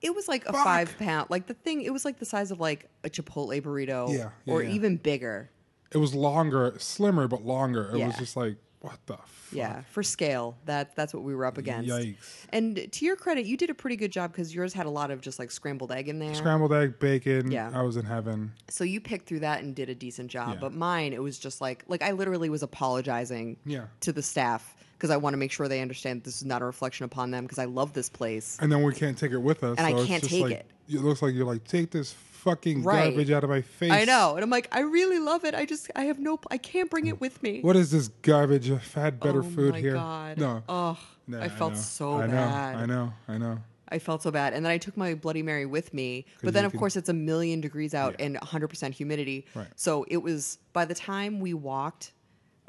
[SPEAKER 3] It was like a
[SPEAKER 2] Fuck.
[SPEAKER 3] five pound, like the thing. It was like the size of like a Chipotle burrito,
[SPEAKER 2] Yeah, yeah,
[SPEAKER 3] or
[SPEAKER 2] yeah.
[SPEAKER 3] even bigger.
[SPEAKER 2] It was longer, slimmer, but longer. It was
[SPEAKER 3] Yeah.
[SPEAKER 2] just like, what the fuck?
[SPEAKER 3] Yeah, for scale, that that's what we were up against.
[SPEAKER 2] Yikes.
[SPEAKER 3] And to your credit, you did a pretty good job because yours had a lot of just like scrambled egg in there.
[SPEAKER 2] Scrambled egg, bacon.
[SPEAKER 3] Yeah.
[SPEAKER 2] I was in heaven.
[SPEAKER 3] so you picked through that and did a decent job.
[SPEAKER 2] Yeah.
[SPEAKER 3] But mine, it was just like like I literally was apologizing
[SPEAKER 2] Yeah.
[SPEAKER 3] to the staff because I want to make sure they understand this is not a reflection upon them because I love this place.
[SPEAKER 2] And then we can't take it with us.
[SPEAKER 3] And I
[SPEAKER 2] so it's
[SPEAKER 3] can't
[SPEAKER 2] just
[SPEAKER 3] take
[SPEAKER 2] like,
[SPEAKER 3] it.
[SPEAKER 2] It looks like you're like, take this fucking
[SPEAKER 3] Right.
[SPEAKER 2] garbage out of my face.
[SPEAKER 3] I know, and I'm like, I really love it. I just I have no, I can't bring it with me.
[SPEAKER 2] What is this garbage? I've had better
[SPEAKER 3] oh
[SPEAKER 2] food
[SPEAKER 3] my
[SPEAKER 2] here.
[SPEAKER 3] God.
[SPEAKER 2] No.
[SPEAKER 3] Oh,
[SPEAKER 2] No,
[SPEAKER 3] I felt
[SPEAKER 2] know.
[SPEAKER 3] so
[SPEAKER 2] I know,
[SPEAKER 3] bad.
[SPEAKER 2] I know. I know.
[SPEAKER 3] I felt so bad. And then I took my Bloody Mary with me. But then,
[SPEAKER 2] you
[SPEAKER 3] of
[SPEAKER 2] can-
[SPEAKER 3] course, it's a million degrees out and 100% humidity.
[SPEAKER 2] Right.
[SPEAKER 3] So it was by the time we walked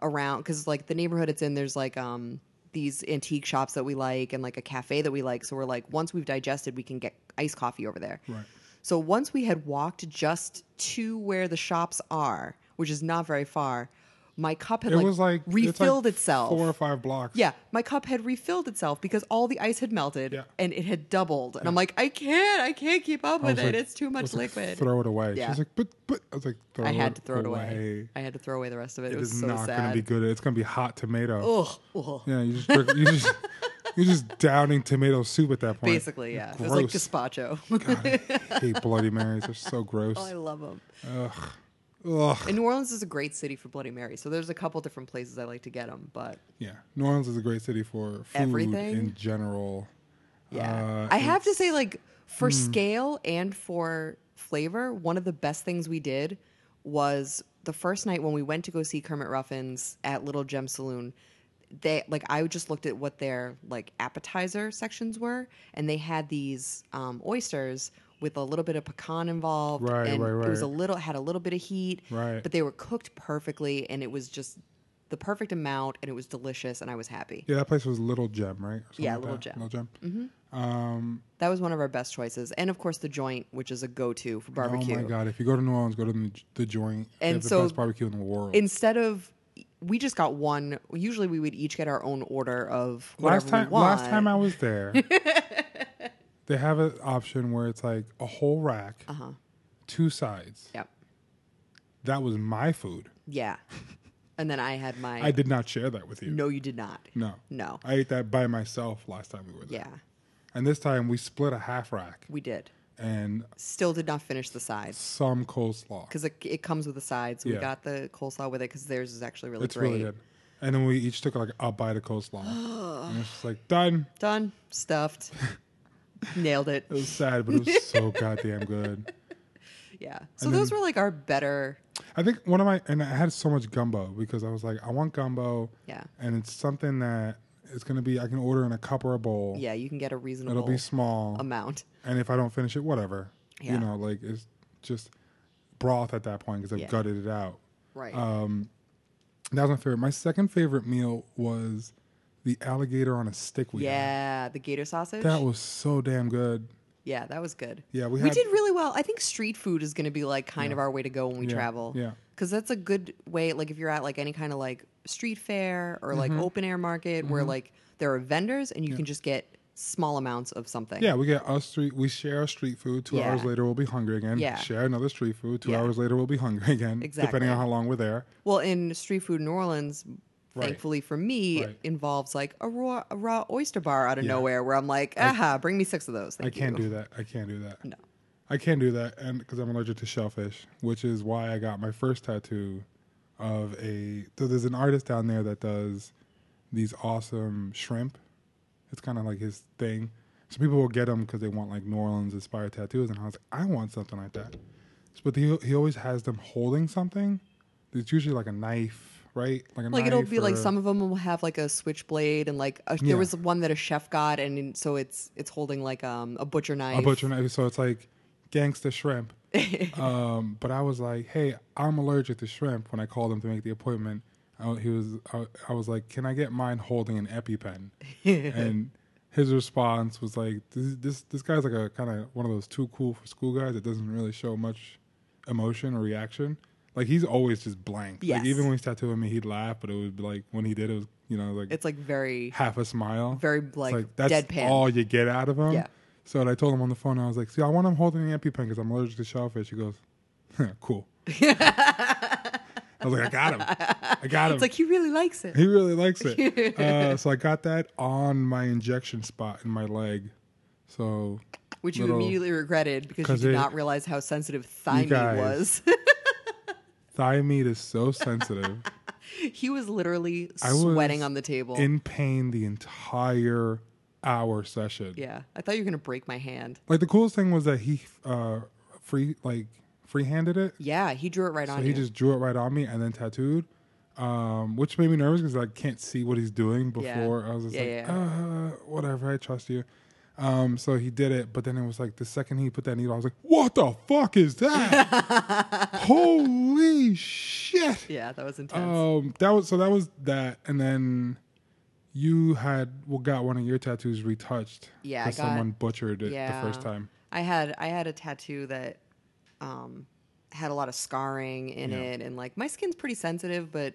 [SPEAKER 3] around, because like the neighborhood it's in, there's like um, these antique shops that we like and like a cafe that we like. So we're like, once we've digested, we can get iced coffee over there.
[SPEAKER 2] Right.
[SPEAKER 3] So once we had walked just to where the shops are, which is not very far, my cup had
[SPEAKER 2] It
[SPEAKER 3] like,
[SPEAKER 2] was like it's like
[SPEAKER 3] refilled itself.
[SPEAKER 2] Four or five blocks.
[SPEAKER 3] Yeah, my cup had refilled itself because all the ice had melted
[SPEAKER 2] Yeah.
[SPEAKER 3] and it had doubled. And I'm like, I can't, I can't keep up
[SPEAKER 2] I
[SPEAKER 3] with
[SPEAKER 2] was like-
[SPEAKER 3] it. It's too
[SPEAKER 2] I
[SPEAKER 3] much
[SPEAKER 2] was like,
[SPEAKER 3] liquid.
[SPEAKER 2] throw it away. She
[SPEAKER 3] Yeah.
[SPEAKER 2] was like, but, but. I was like, throw
[SPEAKER 3] I had to throw it away. I had to throw away the rest of it. It,
[SPEAKER 2] It
[SPEAKER 3] was
[SPEAKER 2] is
[SPEAKER 3] so
[SPEAKER 2] not going
[SPEAKER 3] sad. Oh.
[SPEAKER 2] to be good. It's going to be hot tomato.
[SPEAKER 3] Ugh, ugh.
[SPEAKER 2] Yeah, you just drink, you just you're just downing tomato soup at that point.
[SPEAKER 3] Basically, yeah. It was like
[SPEAKER 2] Gross.
[SPEAKER 3] gazpacho.
[SPEAKER 2] God, I hate Bloody Marys. They're so gross.
[SPEAKER 3] oh, I love them.
[SPEAKER 2] Ugh.
[SPEAKER 3] And New Orleans is a great city for Bloody Mary. So there's a couple different places I like to get them. But
[SPEAKER 2] Yeah, New Orleans is a great city for food
[SPEAKER 3] Everything?
[SPEAKER 2] in general.
[SPEAKER 3] yeah.
[SPEAKER 2] Uh, Hmm.
[SPEAKER 3] I have to say, like, for scale and for flavor, one of the best things we did was the first night when we went to go see Kermit Ruffins at Little Gem Saloon. They like I just looked at what their like appetizer sections were, and they had these um, oysters with a little bit of pecan involved,
[SPEAKER 2] Right,
[SPEAKER 3] and
[SPEAKER 2] right,
[SPEAKER 3] it was a
[SPEAKER 2] right.
[SPEAKER 3] little had a little bit of heat,
[SPEAKER 2] Right.
[SPEAKER 3] But they were cooked perfectly, and it was just the perfect amount, and it was delicious, and I was happy.
[SPEAKER 2] Yeah, that place was Little Gem, right? Or something
[SPEAKER 3] Yeah,
[SPEAKER 2] like
[SPEAKER 3] Little
[SPEAKER 2] that.
[SPEAKER 3] Gem. Mm-hmm.
[SPEAKER 2] Little Gem. Um,
[SPEAKER 3] That was one of our best choices, and of course the joint, which is a go-to for barbecue.
[SPEAKER 2] Oh my God! If you go to New Orleans, go to the, the joint. They
[SPEAKER 3] And
[SPEAKER 2] have the
[SPEAKER 3] so-
[SPEAKER 2] best barbecue in the world.
[SPEAKER 3] Instead of, we just got one. Usually we would each get our own order of whatever
[SPEAKER 2] last time,
[SPEAKER 3] we want.
[SPEAKER 2] last time I was there, they have an option where it's like a whole rack, uh-huh. two sides.
[SPEAKER 3] yep,
[SPEAKER 2] That was my food.
[SPEAKER 3] yeah, and then I had my.
[SPEAKER 2] I did not share that with you.
[SPEAKER 3] no, you did not.
[SPEAKER 2] No.
[SPEAKER 3] No.
[SPEAKER 2] I ate that by myself last time we were there.
[SPEAKER 3] Yeah,
[SPEAKER 2] And this time we split a half rack
[SPEAKER 3] we did.
[SPEAKER 2] and
[SPEAKER 3] Still did not finish the sides
[SPEAKER 2] some coleslaw.
[SPEAKER 3] because it, it comes with the sides. We
[SPEAKER 2] Yeah.
[SPEAKER 3] got the coleslaw with it because theirs is actually really
[SPEAKER 2] It's
[SPEAKER 3] great.
[SPEAKER 2] really good. And then we each took like a bite of coleslaw. and it's just like done.
[SPEAKER 3] Done, stuffed, nailed it.
[SPEAKER 2] It was sad, but it was so goddamn good.
[SPEAKER 3] Yeah. So those were like our better.
[SPEAKER 2] I think one of my and I had so much gumbo because I was like, I want gumbo.
[SPEAKER 3] Yeah.
[SPEAKER 2] And it's something that it's gonna be I can order in a cup or a bowl.
[SPEAKER 3] Yeah, you can get a
[SPEAKER 2] It'll
[SPEAKER 3] reasonable
[SPEAKER 2] be small.
[SPEAKER 3] amount.
[SPEAKER 2] and if I don't finish it, whatever.
[SPEAKER 3] Yeah.
[SPEAKER 2] You know, like it's just broth at that point because I've
[SPEAKER 3] Yeah.
[SPEAKER 2] gutted it out.
[SPEAKER 3] Right.
[SPEAKER 2] Um, That was my favorite. My second favorite meal was the alligator on a stick we had.
[SPEAKER 3] Yeah, the gator sausage.
[SPEAKER 2] That was so damn good.
[SPEAKER 3] yeah, that was good.
[SPEAKER 2] Yeah, we
[SPEAKER 3] we,
[SPEAKER 2] had-
[SPEAKER 3] did really well. I think street food is going to be like kind of our way to go when we
[SPEAKER 2] Yeah,
[SPEAKER 3] travel.
[SPEAKER 2] yeah.
[SPEAKER 3] because that's a good way. Like if you're at like any kind of like street fair or
[SPEAKER 2] Mm-hmm.
[SPEAKER 3] like open air market where like there are vendors and you can just get small amounts of something.
[SPEAKER 2] Yeah, we get us street. We share our street food. Two
[SPEAKER 3] Yeah.
[SPEAKER 2] hours later, we'll be hungry again.
[SPEAKER 3] Yeah.
[SPEAKER 2] Share another street food. Two
[SPEAKER 3] Yeah.
[SPEAKER 2] hours later, we'll be hungry again.
[SPEAKER 3] Exactly.
[SPEAKER 2] Depending on how long we're there.
[SPEAKER 3] Well, in street food in New Orleans.
[SPEAKER 2] Right.
[SPEAKER 3] Thankfully for me,
[SPEAKER 2] Right.
[SPEAKER 3] involves like a raw, a raw oyster bar out of nowhere where I'm like, aha, bring me six of those.
[SPEAKER 2] I
[SPEAKER 3] Thank
[SPEAKER 2] can't
[SPEAKER 3] you.
[SPEAKER 2] do that. I can't do that.
[SPEAKER 3] No.
[SPEAKER 2] I can't do that, and because I'm allergic to shellfish, which is why I got my first tattoo of a. So there's an artist down there that does these awesome shrimp. It's kind of like his thing. So people will get them because they want like New Orleans inspired tattoos, and I was like, I want something like that. So, but he he always has them holding something. It's usually like a knife, right? Like a
[SPEAKER 3] Like it'll
[SPEAKER 2] knife
[SPEAKER 3] be like
[SPEAKER 2] or-
[SPEAKER 3] some of them will have like a switchblade and like a,
[SPEAKER 2] Yeah.
[SPEAKER 3] there was one that a chef got and in- so it's it's holding like um a butcher knife.
[SPEAKER 2] a butcher knife. So it's like gangster shrimp. um, but I was like, hey, I'm allergic to shrimp. When I called him to make the appointment, I, he was, I, I was like, can I get mine holding an EpiPen? and his response was like, this this, this guy's like a kind of one of those too cool for school guys that doesn't really show much emotion or reaction. Like he's always just blank.
[SPEAKER 3] Yes.
[SPEAKER 2] Like even when he's tattooing me, he'd laugh, but it would be like when he did, it was you know like
[SPEAKER 3] It's like very
[SPEAKER 2] half a smile,
[SPEAKER 3] Very,
[SPEAKER 2] It's
[SPEAKER 3] like,
[SPEAKER 2] that's
[SPEAKER 3] deadpan.
[SPEAKER 2] all you get out of him.
[SPEAKER 3] Yeah.
[SPEAKER 2] So I told him on the phone, I was like, see, I want him holding an EpiPen because I'm allergic to shellfish. He goes, cool. I was like, I got him. I got him.
[SPEAKER 3] It's like he really likes it.
[SPEAKER 2] He really likes it. uh, so I got that on my injection spot in my leg. So
[SPEAKER 3] Which you
[SPEAKER 2] little-
[SPEAKER 3] immediately regretted because you
[SPEAKER 2] 'cause
[SPEAKER 3] did
[SPEAKER 2] it-
[SPEAKER 3] not realize how sensitive thymine
[SPEAKER 2] guys.
[SPEAKER 3] was.
[SPEAKER 2] thigh meat is so sensitive.
[SPEAKER 3] he was literally
[SPEAKER 2] I was
[SPEAKER 3] sweating on the table.
[SPEAKER 2] In pain the entire hour session.
[SPEAKER 3] yeah. I thought you were going to break my hand.
[SPEAKER 2] Like the coolest thing was that he uh free like free handed it.
[SPEAKER 3] Yeah, he drew it right on
[SPEAKER 2] So he
[SPEAKER 3] you.
[SPEAKER 2] just drew it right on me and then tattooed. Um, which made me nervous because I can't see what he's doing
[SPEAKER 3] Yeah.
[SPEAKER 2] before. I was just
[SPEAKER 3] Yeah,
[SPEAKER 2] like, Uh, whatever, I trust you. Um, so he did it, but then it was like the second he put that needle, I was like, what the fuck is that? Holy shit.
[SPEAKER 3] yeah, that was intense.
[SPEAKER 2] Um, that was so that was that, and then you had well got one of your tattoos retouched.
[SPEAKER 3] Yeah, I
[SPEAKER 2] 'cause
[SPEAKER 3] got-
[SPEAKER 2] someone butchered it
[SPEAKER 3] yeah.
[SPEAKER 2] the first time.
[SPEAKER 3] I had I had a tattoo that um had a lot of scarring in
[SPEAKER 2] Yeah.
[SPEAKER 3] it and like my skin's pretty sensitive, but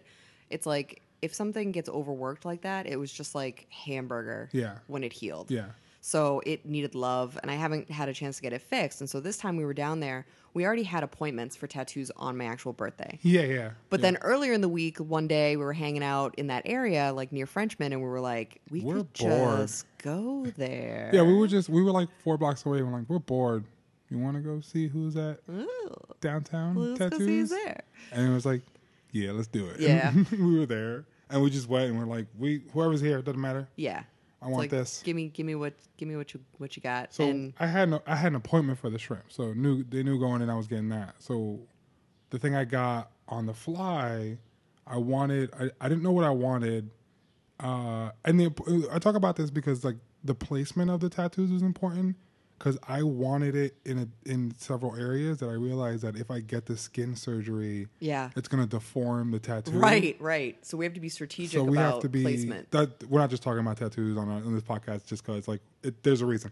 [SPEAKER 3] it's like if something gets overworked like that, it was just like hamburger
[SPEAKER 2] Yeah.
[SPEAKER 3] when it healed.
[SPEAKER 2] Yeah,
[SPEAKER 3] So it needed love, and I haven't had a chance to get it fixed. And so this time we were down there, we already had appointments for tattoos on my actual birthday.
[SPEAKER 2] yeah, yeah.
[SPEAKER 3] But then earlier in the week, one day we were hanging out in that area, like near Frenchman, and we were like, we
[SPEAKER 2] We're
[SPEAKER 3] could
[SPEAKER 2] bored.
[SPEAKER 3] just go there.
[SPEAKER 2] yeah, we were just we were like four blocks away. We're like, we're bored. You want to go see who's at
[SPEAKER 3] Ooh,
[SPEAKER 2] downtown
[SPEAKER 3] let's go
[SPEAKER 2] tattoos?
[SPEAKER 3] see who's there.
[SPEAKER 2] And it was like, yeah, let's do it.
[SPEAKER 3] Yeah.
[SPEAKER 2] we were there, and we just went, and we're like, we whoever's here doesn't matter.
[SPEAKER 3] Yeah.
[SPEAKER 2] I want this.
[SPEAKER 3] Give me, give me what, give me what you, what you got.
[SPEAKER 2] So
[SPEAKER 3] and
[SPEAKER 2] I had an, I had an appointment for the shrimp, so knew they knew going in I was getting that. So the thing I got on the fly, I wanted I, I didn't know what I wanted, uh, and the I talk about this because like the placement of the tattoos was important because I wanted it in a, in several areas that I realized that if I get the skin surgery,
[SPEAKER 3] yeah,
[SPEAKER 2] it's gonna deform the tattoo.
[SPEAKER 3] right, right. So we have to be strategic
[SPEAKER 2] So we
[SPEAKER 3] about
[SPEAKER 2] have to be
[SPEAKER 3] placement.
[SPEAKER 2] that we're not just talking about tattoos on, on this podcast just because like it, there's a reason.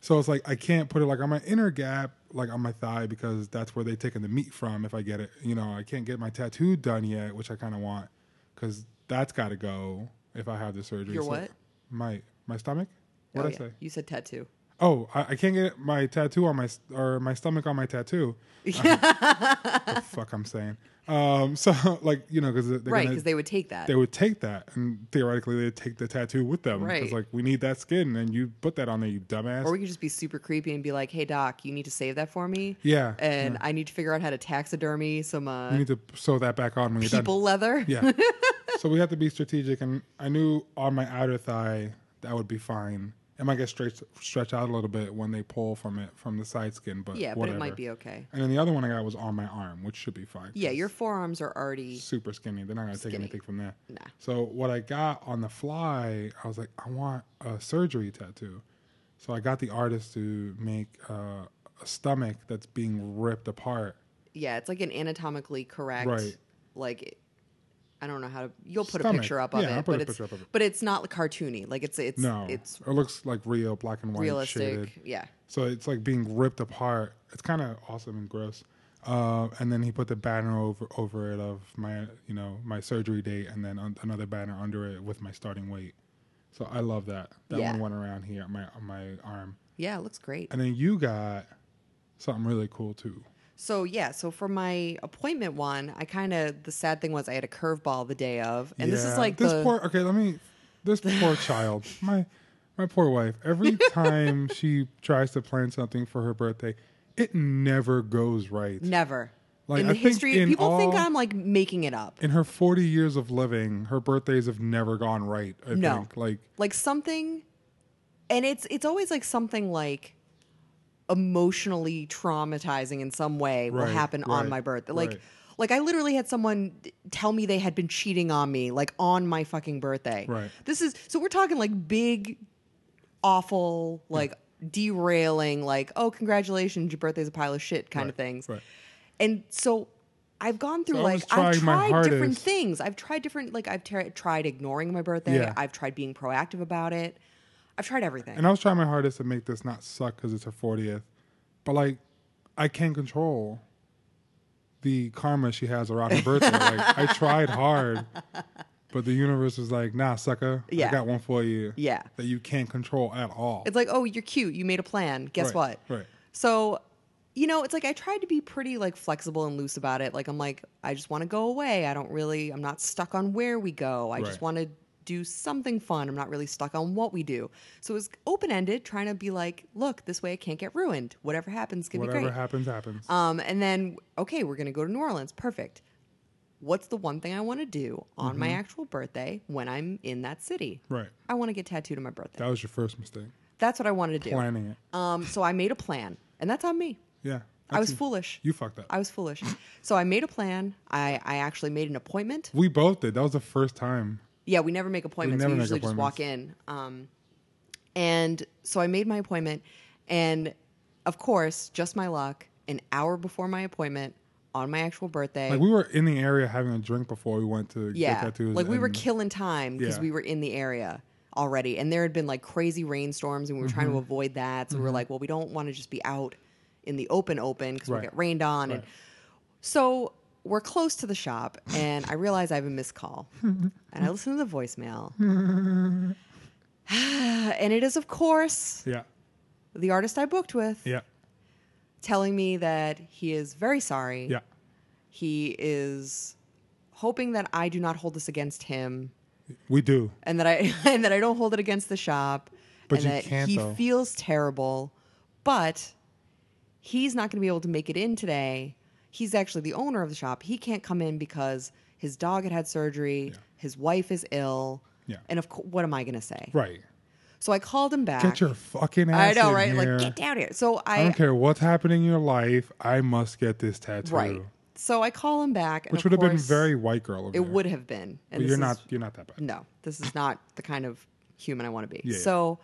[SPEAKER 2] So it's like I can't put it like on my inner gap, like on my thigh, because that's where they taking the meat from. If I get it, you know, I can't get my tattoo done yet, which I kind of want, because that's got to go if I have the surgery.
[SPEAKER 3] Your
[SPEAKER 2] So
[SPEAKER 3] what?
[SPEAKER 2] My my stomach. What
[SPEAKER 3] Oh,
[SPEAKER 2] would
[SPEAKER 3] yeah.
[SPEAKER 2] I say?
[SPEAKER 3] You said tattoo.
[SPEAKER 2] Oh, I, I can't get my tattoo on my s- or my stomach on my tattoo. the fuck I'm saying. Um, so like you know, because they're
[SPEAKER 3] Right,
[SPEAKER 2] gonna-
[SPEAKER 3] because they would take that.
[SPEAKER 2] they would take that and theoretically they'd take the tattoo with them
[SPEAKER 3] Right.
[SPEAKER 2] like we need that skin and you put that on there you dumbass
[SPEAKER 3] Or we could just be super creepy and be like, "Hey doc, you need to save that for me."
[SPEAKER 2] Yeah,
[SPEAKER 3] And I need to figure out how to taxidermy some
[SPEAKER 2] you
[SPEAKER 3] uh,
[SPEAKER 2] need to sew that back on when you're
[SPEAKER 3] people leather.
[SPEAKER 2] done yeah so we have to be strategic and i knew on my outer thigh that would be fine it might get stretched stretched out a little bit when they pull from it from the side skin but
[SPEAKER 3] Yeah, but
[SPEAKER 2] whatever.
[SPEAKER 3] it might be okay.
[SPEAKER 2] and then the other one i got was on my arm which should be fine
[SPEAKER 3] Yeah, your forearms are already
[SPEAKER 2] super skinny. They're not gonna take
[SPEAKER 3] Skinny.
[SPEAKER 2] anything from that.
[SPEAKER 3] Nah.
[SPEAKER 2] So what I got on the fly, I was like, I want a surgery tattoo. So I got the artist to make uh, a stomach that's being ripped apart.
[SPEAKER 3] yeah, it's like an anatomically correct
[SPEAKER 2] Right.
[SPEAKER 3] like I don't know how to you'll put a
[SPEAKER 2] Stomach.
[SPEAKER 3] picture up of
[SPEAKER 2] Yeah,
[SPEAKER 3] it,
[SPEAKER 2] I'll put
[SPEAKER 3] but
[SPEAKER 2] a
[SPEAKER 3] it's
[SPEAKER 2] picture up of it.
[SPEAKER 3] but it's not cartoony. Like it's it's
[SPEAKER 2] No,
[SPEAKER 3] it's
[SPEAKER 2] it looks like real black and white
[SPEAKER 3] realistic.
[SPEAKER 2] shaded.
[SPEAKER 3] Yeah.
[SPEAKER 2] So it's like being ripped apart. It's kind of awesome and gross. Uh, and then he put the banner over over it of my you know my surgery date, and then an- another banner under it with my starting weight. So I love that. That
[SPEAKER 3] Yeah.
[SPEAKER 2] one went around here on my on my arm.
[SPEAKER 3] Yeah, it looks great.
[SPEAKER 2] And then you got something really cool too.
[SPEAKER 3] So yeah, so for my appointment one, I kind of the sad thing was I had a curveball the day of, and this is
[SPEAKER 2] Yeah.
[SPEAKER 3] like
[SPEAKER 2] this
[SPEAKER 3] the
[SPEAKER 2] poor. Okay, let me. This poor child, my my poor wife. Every time she tries to plan something for her birthday, it never goes right.
[SPEAKER 3] never
[SPEAKER 2] Like,
[SPEAKER 3] in
[SPEAKER 2] I
[SPEAKER 3] the
[SPEAKER 2] think
[SPEAKER 3] history.
[SPEAKER 2] in
[SPEAKER 3] people think
[SPEAKER 2] all-
[SPEAKER 3] I'm like making it up.
[SPEAKER 2] In her forty years of living, her birthdays have never gone right. I
[SPEAKER 3] No.
[SPEAKER 2] think. Like
[SPEAKER 3] like something and it's it's always like something like emotionally traumatizing in some way will
[SPEAKER 2] Right,
[SPEAKER 3] happen
[SPEAKER 2] right,
[SPEAKER 3] on my birthday like
[SPEAKER 2] right.
[SPEAKER 3] like i literally had someone tell me they had been cheating on me like on my fucking birthday
[SPEAKER 2] Right.
[SPEAKER 3] this is so we're talking like big awful like derailing like oh congratulations your birthday's a pile of shit kind of
[SPEAKER 2] Right,
[SPEAKER 3] things
[SPEAKER 2] right.
[SPEAKER 3] and so i've gone through
[SPEAKER 2] So I
[SPEAKER 3] like
[SPEAKER 2] was
[SPEAKER 3] i've
[SPEAKER 2] trying my
[SPEAKER 3] tried different
[SPEAKER 2] hardest.
[SPEAKER 3] things i've tried different like i've ter- tried ignoring my birthday
[SPEAKER 2] Yeah.
[SPEAKER 3] i've tried being proactive about it i've tried everything
[SPEAKER 2] And I was trying my hardest to make this not suck because it's her 40th, but like, I can't control the karma she has around her birthday. like, I tried hard But the universe is like, nah, sucker. I
[SPEAKER 3] Yeah.
[SPEAKER 2] got one for you.
[SPEAKER 3] Yeah.
[SPEAKER 2] That you can't control at all.
[SPEAKER 3] It's like, oh, you're cute. You made a plan.
[SPEAKER 2] Right,
[SPEAKER 3] Guess what?
[SPEAKER 2] right.
[SPEAKER 3] So, you know, it's like I tried to be pretty like flexible and loose about it. Like I'm like, I just want to go away. I don't really. I'm not stuck on where we go. I
[SPEAKER 2] Right.
[SPEAKER 3] just want to do something fun. I'm not really stuck on what we do. So it was open ended, trying to be like, look, this way I can't get ruined. Whatever happens can be
[SPEAKER 2] Whatever
[SPEAKER 3] great.
[SPEAKER 2] happens, happens.
[SPEAKER 3] Um, and then, okay, we're going to go to New Orleans. Perfect. What's the one thing I want to do on my actual birthday when I'm in that city?
[SPEAKER 2] Mm-hmm. Right.
[SPEAKER 3] I want to get tattooed on my birthday.
[SPEAKER 2] that was your first mistake.
[SPEAKER 3] That's what I wanted to do.
[SPEAKER 2] Planning it.
[SPEAKER 3] Um, so I made a plan, and that's on me.
[SPEAKER 2] Yeah.
[SPEAKER 3] I was
[SPEAKER 2] That's-
[SPEAKER 3] foolish.
[SPEAKER 2] You fucked up.
[SPEAKER 3] I was foolish. So I made a plan. I, I actually made an appointment.
[SPEAKER 2] we both did. That was the first time.
[SPEAKER 3] Yeah, we never make appointments. We,
[SPEAKER 2] never make
[SPEAKER 3] usually just walk in. Um, and so I made my appointment, and of course, just my luck, an hour before my appointment on my actual birthday.
[SPEAKER 2] Like we were in the area having a drink before we went to get
[SPEAKER 3] yeah,
[SPEAKER 2] tattoos.
[SPEAKER 3] like we were
[SPEAKER 2] and-
[SPEAKER 3] killing time because
[SPEAKER 2] Yeah.
[SPEAKER 3] we were in the area already, and there had been like crazy rainstorms, and we were trying
[SPEAKER 2] Mm-hmm.
[SPEAKER 3] to avoid that. So we were like, well, we don't want to just be out in the open, open because
[SPEAKER 2] Right.
[SPEAKER 3] we'll get rained on. And
[SPEAKER 2] Right.
[SPEAKER 3] so we're close to the shop, and I realize I have a missed call, and I listen to the voicemail, and it is of course
[SPEAKER 2] Yeah.
[SPEAKER 3] the artist I booked with
[SPEAKER 2] Yeah.
[SPEAKER 3] telling me that he is very sorry.
[SPEAKER 2] Yeah.
[SPEAKER 3] He is hoping that I do not hold this against him.
[SPEAKER 2] We do.
[SPEAKER 3] and that I and that I don't hold it against the shop.
[SPEAKER 2] But
[SPEAKER 3] and
[SPEAKER 2] you
[SPEAKER 3] that
[SPEAKER 2] can't,
[SPEAKER 3] he
[SPEAKER 2] though.
[SPEAKER 3] feels terrible, but he's not going to be able to make it in today. He's actually the owner of the shop. He can't come in because his dog had had surgery.
[SPEAKER 2] Yeah.
[SPEAKER 3] His wife is ill.
[SPEAKER 2] Yeah.
[SPEAKER 3] And of course, what am I going to say?
[SPEAKER 2] Right.
[SPEAKER 3] So I called him back.
[SPEAKER 2] Get your fucking
[SPEAKER 3] I
[SPEAKER 2] ass.
[SPEAKER 3] know,
[SPEAKER 2] in
[SPEAKER 3] right?
[SPEAKER 2] here.
[SPEAKER 3] Like get down here. So
[SPEAKER 2] I
[SPEAKER 3] I,
[SPEAKER 2] don't care what's happening in your life. I must get this tattoo.
[SPEAKER 3] right. So I call him back, and
[SPEAKER 2] Which
[SPEAKER 3] of
[SPEAKER 2] would have been
[SPEAKER 3] course,
[SPEAKER 2] very white girl. Of
[SPEAKER 3] It
[SPEAKER 2] you.
[SPEAKER 3] would have been. And
[SPEAKER 2] But
[SPEAKER 3] this
[SPEAKER 2] you're
[SPEAKER 3] is-
[SPEAKER 2] not. You're not that bad.
[SPEAKER 3] no, this is not the kind of human I want to be.
[SPEAKER 2] Yeah, yeah.
[SPEAKER 3] so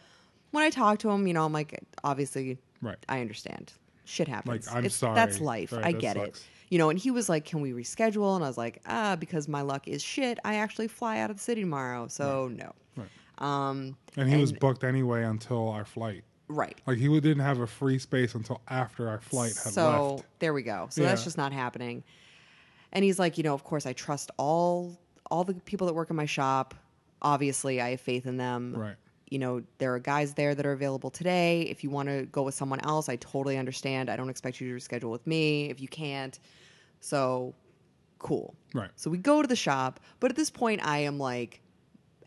[SPEAKER 3] when I talk to him, you know, I'm like, obviously,
[SPEAKER 2] Right.
[SPEAKER 3] I understand. Shit happens.
[SPEAKER 2] Like, I'm
[SPEAKER 3] It's- That's
[SPEAKER 2] sorry.
[SPEAKER 3] life.
[SPEAKER 2] Right,
[SPEAKER 3] I
[SPEAKER 2] that
[SPEAKER 3] get it.
[SPEAKER 2] sucks.
[SPEAKER 3] You know, and he was like, "Can we reschedule?" And I was like, "Ah, because my luck is shit. I actually fly out of the city tomorrow, so no." Um,
[SPEAKER 2] And he was booked anyway until our flight.
[SPEAKER 3] right.
[SPEAKER 2] Like he didn't have a free space until after our flight had
[SPEAKER 3] so
[SPEAKER 2] left.
[SPEAKER 3] there we go. So that's
[SPEAKER 2] Yeah.
[SPEAKER 3] just not happening. And he's like, you know, of course, I trust all all the people that work in my shop. Obviously, I have faith in them.
[SPEAKER 2] Right.
[SPEAKER 3] You know, there are guys there that are available today. If you want to go with someone else, I totally understand. I don't expect you to reschedule with me if you can't. So, cool.
[SPEAKER 2] Right.
[SPEAKER 3] So we go to the shop, but at this point, I am like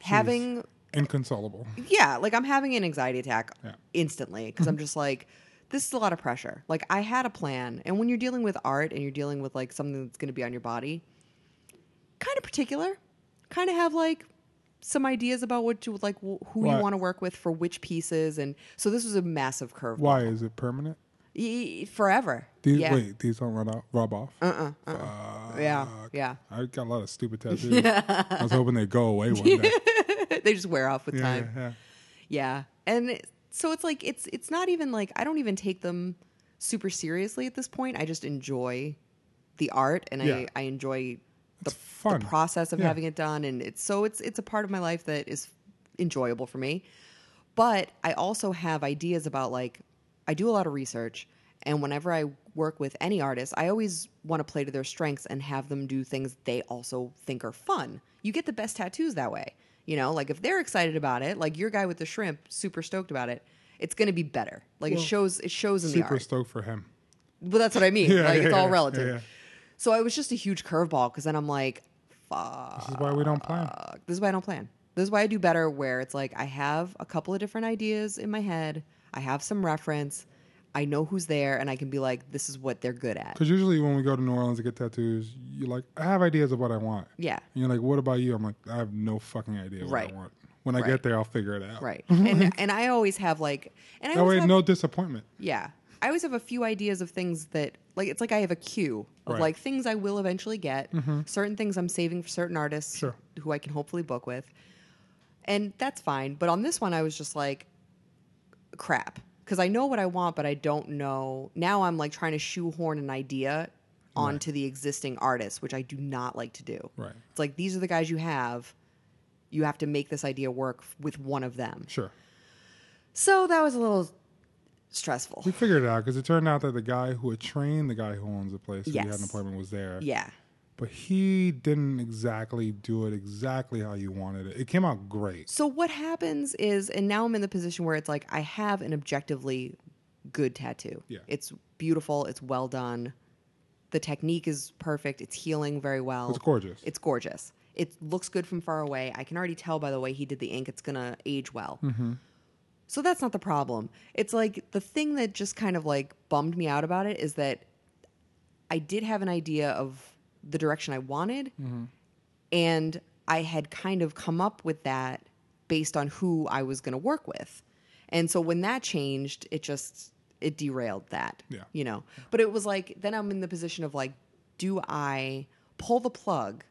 [SPEAKER 3] having
[SPEAKER 2] Inconsolable.
[SPEAKER 3] yeah, like I'm having an anxiety attack
[SPEAKER 2] Yeah. Mm-hmm.
[SPEAKER 3] instantly because I'm just like, this is a lot of pressure. Like I had a plan, and when you're dealing with art and you're dealing with like something that's going to be on your body, kind of particular, kind of have like some ideas about what you like, wh- who
[SPEAKER 2] Right.
[SPEAKER 3] you want to work with for which pieces, and so this was a massive curve
[SPEAKER 2] Why is it permanent?
[SPEAKER 3] E- forever.
[SPEAKER 2] These,
[SPEAKER 3] yeah.
[SPEAKER 2] Wait, Ah, these don't rub off. Rub off.
[SPEAKER 3] Uh-uh, uh-uh. yeah, yeah.
[SPEAKER 2] I got a lot of stupid tattoos. I was hoping they'd go away one day.
[SPEAKER 3] they just wear off with
[SPEAKER 2] Yeah,
[SPEAKER 3] time.
[SPEAKER 2] yeah, yeah.
[SPEAKER 3] Yeah. And it- so it's like it's it's not even like I don't even take them super seriously at this point. I just enjoy the art and
[SPEAKER 2] Yeah.
[SPEAKER 3] I I enjoy the,
[SPEAKER 2] It's fun.
[SPEAKER 3] the process of
[SPEAKER 2] Yeah.
[SPEAKER 3] having it done and it's so it's it's a part of my life that is enjoyable for me. But I also have ideas about like I do a lot of research and whenever I work with any artist, I always want to play to their strengths and have them do things they also think are fun. You get the best tattoos that way. You know, like if they're excited about it, like your guy with the shrimp, super stoked about it, it's going to be better. Like it shows it shows in the
[SPEAKER 2] Super
[SPEAKER 3] art.
[SPEAKER 2] stoked for him.
[SPEAKER 3] But that's what I mean.
[SPEAKER 2] Yeah,
[SPEAKER 3] like
[SPEAKER 2] yeah,
[SPEAKER 3] it's all
[SPEAKER 2] yeah,
[SPEAKER 3] relative.
[SPEAKER 2] yeah, yeah.
[SPEAKER 3] So it was just a huge curveball because then I'm like, fuck.
[SPEAKER 2] This is why we don't plan.
[SPEAKER 3] uh, This is why I don't plan. This is why I do better where it's like I have a couple of different ideas in my head. I have some reference. I know who's there and I can be like, this is what they're good at.
[SPEAKER 2] Because usually when we go to New Orleans to get tattoos, you're like, I have ideas of what I want.
[SPEAKER 3] Yeah.
[SPEAKER 2] And you're like, what about you? I'm like, I have no fucking idea what
[SPEAKER 3] Right.
[SPEAKER 2] I want. When I
[SPEAKER 3] Right.
[SPEAKER 2] get there, I'll figure it out.
[SPEAKER 3] Right. and and I always have like and I
[SPEAKER 2] That
[SPEAKER 3] always
[SPEAKER 2] way,
[SPEAKER 3] have,
[SPEAKER 2] Oh, no disappointment.
[SPEAKER 3] Yeah. I always have a few ideas of things that like it's like I have a queue
[SPEAKER 2] Right.
[SPEAKER 3] of
[SPEAKER 2] Mm-hmm.
[SPEAKER 3] like things I will eventually get, certain things I'm saving for certain artists
[SPEAKER 2] Sure.
[SPEAKER 3] who I can hopefully book with. And that's fine, but on this one I was just like crap because I know what I want but I don't know. Now I'm like trying to shoehorn an idea onto the existing artist, which I do not like to do.
[SPEAKER 2] Right.
[SPEAKER 3] It's like these are the guys you have. You have to make this idea work with one of them.
[SPEAKER 2] Sure.
[SPEAKER 3] So that was a little stressful.
[SPEAKER 2] We figured it out because it turned out that the guy who had trained the guy who owns the place that we had
[SPEAKER 3] Yes.
[SPEAKER 2] an appointment was there.
[SPEAKER 3] Yeah.
[SPEAKER 2] but he didn't exactly do it exactly how you wanted it. It came out great.
[SPEAKER 3] So what happens is, and now I'm in the position where it's like I have an objectively good tattoo.
[SPEAKER 2] Yeah.
[SPEAKER 3] It's beautiful. It's well done. The technique is perfect. It's healing very well.
[SPEAKER 2] It's gorgeous.
[SPEAKER 3] It's gorgeous. It looks good from far away. I can already tell by the way he did the ink, it's going to age well.
[SPEAKER 2] Mm-hmm.
[SPEAKER 3] So that's not the problem. It's like the thing that just kind of like bummed me out about it is that I did have an idea of the direction I wanted. And I had kind of come up with that based on who I was going to work with. And so when that changed, it just it derailed that.
[SPEAKER 2] Yeah.
[SPEAKER 3] You know. But it was like then I'm in the position of like do I pull the plug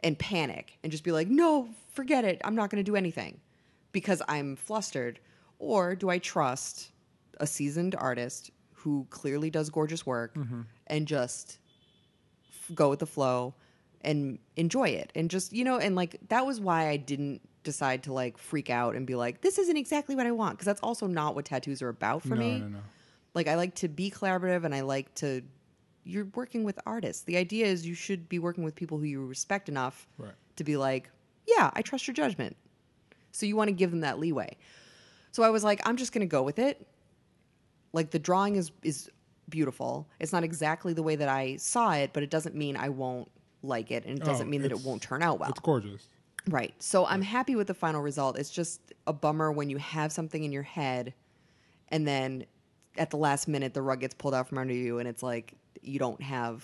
[SPEAKER 3] and panic and just be like, "No, forget it. I'm not going to do anything." Because I'm flustered, or do I trust a seasoned artist who clearly does gorgeous work
[SPEAKER 2] Mm-hmm.
[SPEAKER 3] and just f- go with the flow and enjoy it and just you know and like that was why i didn't decide to like freak out and be like this isn't exactly what i want because that's also not what tattoos are about for
[SPEAKER 2] no,
[SPEAKER 3] me
[SPEAKER 2] no, no.
[SPEAKER 3] like i like to be collaborative and i like to you're working with artists the idea is you should be working with people who you respect enough
[SPEAKER 2] Right.
[SPEAKER 3] to be like yeah i trust your judgment so you want to give them that leeway so i was like i'm just going to go with it like the drawing is is beautiful it's not exactly the way that i saw it but it doesn't mean i won't like it and it doesn't
[SPEAKER 2] Oh,
[SPEAKER 3] mean that it
[SPEAKER 2] it's-
[SPEAKER 3] won't turn out well
[SPEAKER 2] It's gorgeous.
[SPEAKER 3] Right. So I'm happy with the final result. It's just a bummer when you have something in your head and then at the last minute the rug gets pulled out from under you and it's like you don't have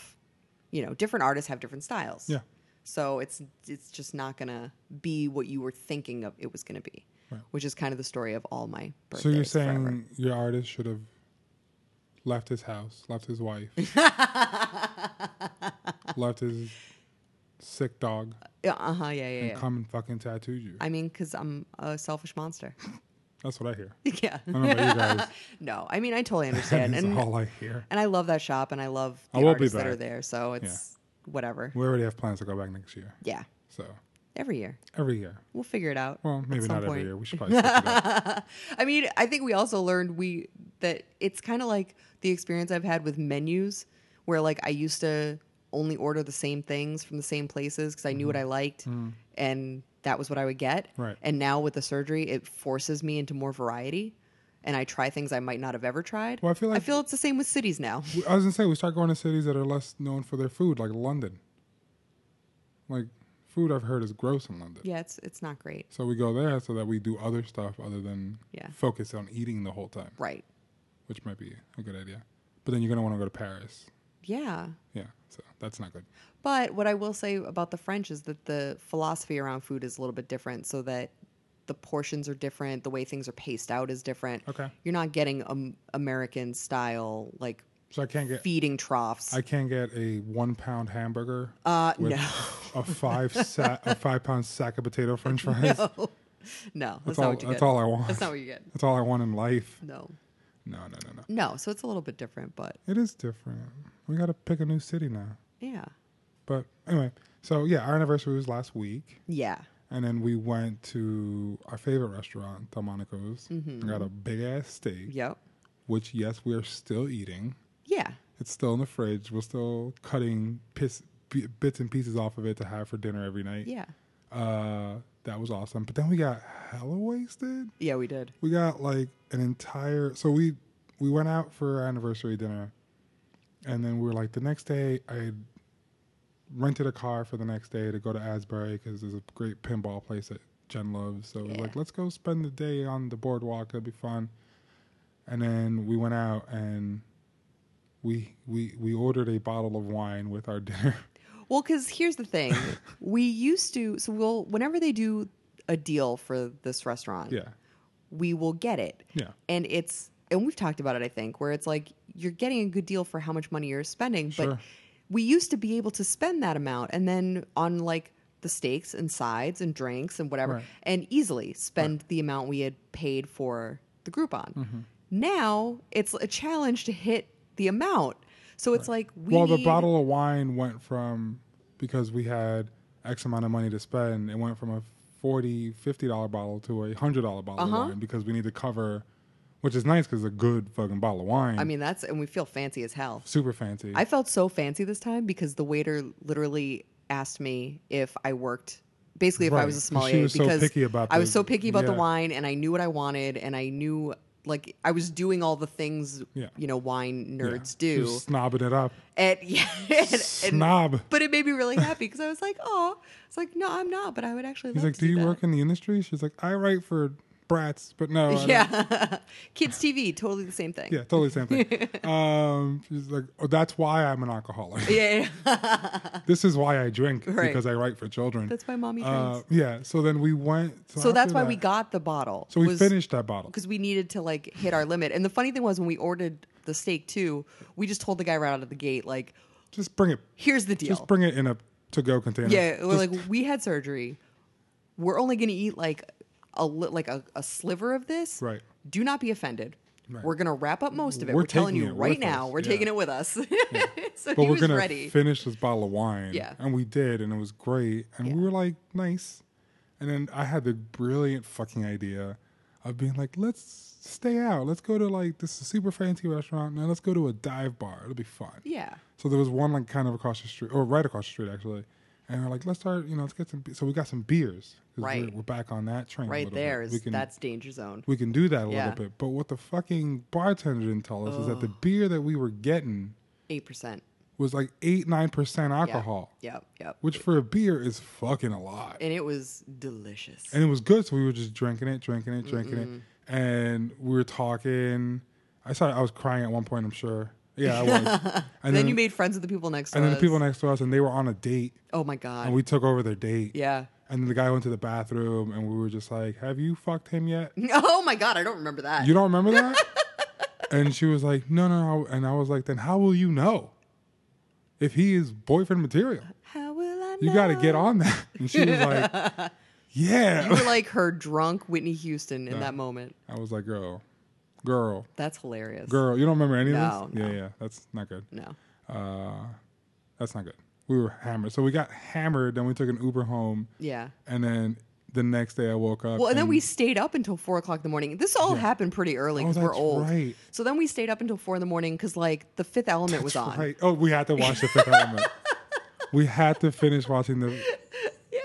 [SPEAKER 3] you know, different artists have different styles.
[SPEAKER 2] Yeah.
[SPEAKER 3] So it's it's just not going to be what you were thinking of it was going to be. Which is kind of the story of all my birthdays.
[SPEAKER 2] So you're saying
[SPEAKER 3] forever.
[SPEAKER 2] your artist should have left his house, left his wife, left his sick dog,
[SPEAKER 3] Yeah, uh-huh, yeah, yeah,
[SPEAKER 2] and
[SPEAKER 3] yeah.
[SPEAKER 2] come and fucking tattooed you.
[SPEAKER 3] I mean cuz I'm a selfish monster.
[SPEAKER 2] That's what I hear.
[SPEAKER 3] yeah.
[SPEAKER 2] I don't know about you guys.
[SPEAKER 3] no, I mean I totally
[SPEAKER 2] That
[SPEAKER 3] understand.
[SPEAKER 2] is
[SPEAKER 3] and
[SPEAKER 2] all I hear.
[SPEAKER 3] and I love that shop, and I love the
[SPEAKER 2] I will be
[SPEAKER 3] artists that
[SPEAKER 2] back.
[SPEAKER 3] are there. So it's whatever.
[SPEAKER 2] We already have plans to go back next year.
[SPEAKER 3] Yeah,
[SPEAKER 2] So
[SPEAKER 3] every year
[SPEAKER 2] every year.
[SPEAKER 3] we'll figure it out.
[SPEAKER 2] Well,
[SPEAKER 3] at
[SPEAKER 2] maybe
[SPEAKER 3] some
[SPEAKER 2] not every
[SPEAKER 3] point.
[SPEAKER 2] year. We should probably. switch it up.
[SPEAKER 3] I mean, I think we also learned we that it's kind of like the experience I've had with menus, where like I used to only order the same things from the same places because I knew what I liked, and that was what I would get.
[SPEAKER 2] Mm-hmm. Mm. Right.
[SPEAKER 3] And now with the surgery, it forces me into more variety. And I try things I might not have ever tried.
[SPEAKER 2] Well, I feel
[SPEAKER 3] I
[SPEAKER 2] like-
[SPEAKER 3] feel it's the same with cities now.
[SPEAKER 2] We- I was gonna say we start going to cities that are less known for their food, like London. Like food, I've heard is gross in London.
[SPEAKER 3] yeah, it's it's not great.
[SPEAKER 2] So we go there so that we do other stuff other than
[SPEAKER 3] Yeah.
[SPEAKER 2] focus on eating the whole time,
[SPEAKER 3] Right.
[SPEAKER 2] which might be a good idea. But then you're gonna want to go to Paris.
[SPEAKER 3] Yeah.
[SPEAKER 2] Yeah, so that's not good.
[SPEAKER 3] But what I will say about the French is that the philosophy around food is a little bit different, so that the portions are different, the way things are paced out is different.
[SPEAKER 2] Okay.
[SPEAKER 3] you're not getting um, American style like
[SPEAKER 2] So I can't get
[SPEAKER 3] feeding troughs.
[SPEAKER 2] I can't get a one pound hamburger
[SPEAKER 3] uh,
[SPEAKER 2] with
[SPEAKER 3] no,
[SPEAKER 2] a five sa- a five pound sack of potato French fries.
[SPEAKER 3] no, that's,
[SPEAKER 2] that's
[SPEAKER 3] not
[SPEAKER 2] all.
[SPEAKER 3] what you
[SPEAKER 2] That's
[SPEAKER 3] get.
[SPEAKER 2] all I want.
[SPEAKER 3] That's not what you get.
[SPEAKER 2] That's all I want in life.
[SPEAKER 3] No,
[SPEAKER 2] No, no, no, no.
[SPEAKER 3] no. So it's a little bit different, but
[SPEAKER 2] It is different. We got to pick a new city now.
[SPEAKER 3] yeah,
[SPEAKER 2] But anyway, so yeah, our anniversary was last week,
[SPEAKER 3] yeah.
[SPEAKER 2] and then we went to our favorite restaurant, Delmonico's. and Got a big ass steak,
[SPEAKER 3] Yep.
[SPEAKER 2] which yes, we are still eating.
[SPEAKER 3] Yeah.
[SPEAKER 2] It's still in the fridge. We're still cutting piss, b- bits and pieces off of it to have for dinner every night.
[SPEAKER 3] Yeah.
[SPEAKER 2] Uh, that was awesome. But then we got hella wasted.
[SPEAKER 3] Yeah, we did.
[SPEAKER 2] We got like an entire. So we we went out for our anniversary dinner, and then we were like the next day. I had rented a car for the next day to go to Asbury because there's a great pinball place that Jen loves. So we're
[SPEAKER 3] Yeah.
[SPEAKER 2] like, let's go spend the day on the boardwalk. It'll be fun. And then we went out and we we we ordered a bottle of wine with our dinner.
[SPEAKER 3] Well, because here's the thing: we used to. So we'll whenever they do a deal for this restaurant,
[SPEAKER 2] yeah,
[SPEAKER 3] we will get it.
[SPEAKER 2] yeah,
[SPEAKER 3] and it's and we've talked about it i think where it's like you're getting a good deal for how much money you're spending but
[SPEAKER 2] Sure.
[SPEAKER 3] we used to be able to spend that amount and then on like the steaks and sides and drinks and whatever
[SPEAKER 2] Right.
[SPEAKER 3] and easily spend the amount we had paid for the groupon
[SPEAKER 2] Mm-hmm.
[SPEAKER 3] now it's a challenge to hit the amount so it's like we
[SPEAKER 2] well, the
[SPEAKER 3] need-
[SPEAKER 2] bottle of wine went from because we had X amount of money to spend, it
[SPEAKER 3] Uh-huh.
[SPEAKER 2] went from a 40 $50 bottle to a $100 bottle of wine because we need to cover which is nice because a good fucking bottle of wine.
[SPEAKER 3] I mean, that's and we feel fancy as hell.
[SPEAKER 2] super fancy.
[SPEAKER 3] I felt so fancy this time because the waiter literally asked me if I worked. Basically, if I
[SPEAKER 2] Right,
[SPEAKER 3] was a
[SPEAKER 2] 'cause she
[SPEAKER 3] sommelier,
[SPEAKER 2] was so
[SPEAKER 3] because
[SPEAKER 2] picky about
[SPEAKER 3] I was
[SPEAKER 2] the-
[SPEAKER 3] so picky about the
[SPEAKER 2] yeah.
[SPEAKER 3] wine, and I knew what I wanted, and I knew like I was doing all the things
[SPEAKER 2] Yeah.
[SPEAKER 3] you know wine
[SPEAKER 2] Yeah.
[SPEAKER 3] nerds
[SPEAKER 2] She
[SPEAKER 3] do,
[SPEAKER 2] was snobbing it up.
[SPEAKER 3] and yeah, and, and-
[SPEAKER 2] Snob.
[SPEAKER 3] but it made me really happy because I was like, oh, it's like no, I'm not, but I would actually.
[SPEAKER 2] He's
[SPEAKER 3] love
[SPEAKER 2] like,
[SPEAKER 3] to
[SPEAKER 2] "Do you
[SPEAKER 3] that."
[SPEAKER 2] work in the industry?" She's like, "I write for brats, but no, I don't."
[SPEAKER 3] Yeah, kids TV, totally the same thing.
[SPEAKER 2] yeah, totally same thing." um, she's like, "Oh, that's why I'm an alcoholic.
[SPEAKER 3] yeah, yeah.
[SPEAKER 2] this is why I drink
[SPEAKER 3] Right.
[SPEAKER 2] because I write for children."
[SPEAKER 3] that's why mommy drinks.
[SPEAKER 2] Uh, yeah. So then we went.
[SPEAKER 3] so that's
[SPEAKER 2] after
[SPEAKER 3] why
[SPEAKER 2] that-
[SPEAKER 3] we got the bottle.
[SPEAKER 2] So we
[SPEAKER 3] was-
[SPEAKER 2] finished that bottle.
[SPEAKER 3] because we needed to like hit our limit. And the funny thing was when we ordered the steak too, we just told the guy right out of the gate like,
[SPEAKER 2] Just bring it.
[SPEAKER 3] "Here's the deal."
[SPEAKER 2] Just bring it in a to-go container.
[SPEAKER 3] yeah, we're
[SPEAKER 2] Just-
[SPEAKER 3] like, "We had surgery. We're only going to eat like a li- like a, a sliver of this.
[SPEAKER 2] Right.
[SPEAKER 3] Do not be offended.
[SPEAKER 2] Right.
[SPEAKER 3] We're going to wrap up most of it.
[SPEAKER 2] We're
[SPEAKER 3] We're, telling
[SPEAKER 2] taking
[SPEAKER 3] you
[SPEAKER 2] it
[SPEAKER 3] right
[SPEAKER 2] with
[SPEAKER 3] now.
[SPEAKER 2] us,
[SPEAKER 3] We're
[SPEAKER 2] yeah.
[SPEAKER 3] taking it with us." so
[SPEAKER 2] but
[SPEAKER 3] he
[SPEAKER 2] we're
[SPEAKER 3] was
[SPEAKER 2] gonna
[SPEAKER 3] ready.
[SPEAKER 2] finish this bottle of wine.
[SPEAKER 3] Yeah.
[SPEAKER 2] And we did, and it was great. And we
[SPEAKER 3] Yeah.
[SPEAKER 2] were like, nice. And then I had the brilliant fucking idea of being like, let's stay out. Let's go to like this super fancy restaurant. Now let's go to a dive bar. It'll be fun.
[SPEAKER 3] yeah.
[SPEAKER 2] So there was one like kind of across the street, or right across the street actually. And we're like, let's start, you know, let's get some. Be-. So we got some beers. 'cause
[SPEAKER 3] Right.
[SPEAKER 2] We're, we're back on that train. a
[SPEAKER 3] Right
[SPEAKER 2] little bit.
[SPEAKER 3] there is
[SPEAKER 2] We can-
[SPEAKER 3] that's danger zone.
[SPEAKER 2] we can do that a
[SPEAKER 3] Yeah.
[SPEAKER 2] little bit. But what the fucking bartender didn't tell us is that the beer that we were getting
[SPEAKER 3] 8%.
[SPEAKER 2] was like eight nine percent
[SPEAKER 3] Yeah.
[SPEAKER 2] alcohol,
[SPEAKER 3] Yep, yep.
[SPEAKER 2] which for a beer is fucking a lot.
[SPEAKER 3] and it was delicious.
[SPEAKER 2] and it was good, so we were just drinking it, drinking it, drinking it, and we were talking. I saw I was crying at one point. I'm sure. Yeah, I was. and
[SPEAKER 3] And then, you made friends with the people next to
[SPEAKER 2] and then
[SPEAKER 3] us.
[SPEAKER 2] the people next to us, and they were on a date,
[SPEAKER 3] Oh my god.
[SPEAKER 2] and we took over their date.
[SPEAKER 3] yeah.
[SPEAKER 2] And then the guy went to the bathroom, and we were just like, "Have you fucked him yet?"
[SPEAKER 3] Oh my god, I don't remember that.
[SPEAKER 2] You don't remember that? and she was like, no, no, no. And I was like, then how will you know if he is boyfriend material?
[SPEAKER 3] How will I?
[SPEAKER 2] You got to
[SPEAKER 3] know?
[SPEAKER 2] get on that. And she was like,
[SPEAKER 3] You were
[SPEAKER 2] yeah.
[SPEAKER 3] like her drunk Whitney Houston in that moment.
[SPEAKER 2] I was like, girl, girl,
[SPEAKER 3] That's hilarious.
[SPEAKER 2] girl. You don't remember any
[SPEAKER 3] No,
[SPEAKER 2] of this?
[SPEAKER 3] no.
[SPEAKER 2] Yeah, yeah. That's not good.
[SPEAKER 3] No.
[SPEAKER 2] Uh, that's not good. We were hammered. So we got hammered. Then we took an Uber home.
[SPEAKER 3] Yeah.
[SPEAKER 2] And then the next day I woke up.
[SPEAKER 3] Well, and then we stayed up until four o'clock in the morning. This all happened pretty early
[SPEAKER 2] Oh,
[SPEAKER 3] because we're
[SPEAKER 2] that's
[SPEAKER 3] old.
[SPEAKER 2] right.
[SPEAKER 3] So then we stayed up until four in the morning because like the Fifth Element was on.
[SPEAKER 2] Right. Oh, we had to watch the fifth element. We had to finish watching the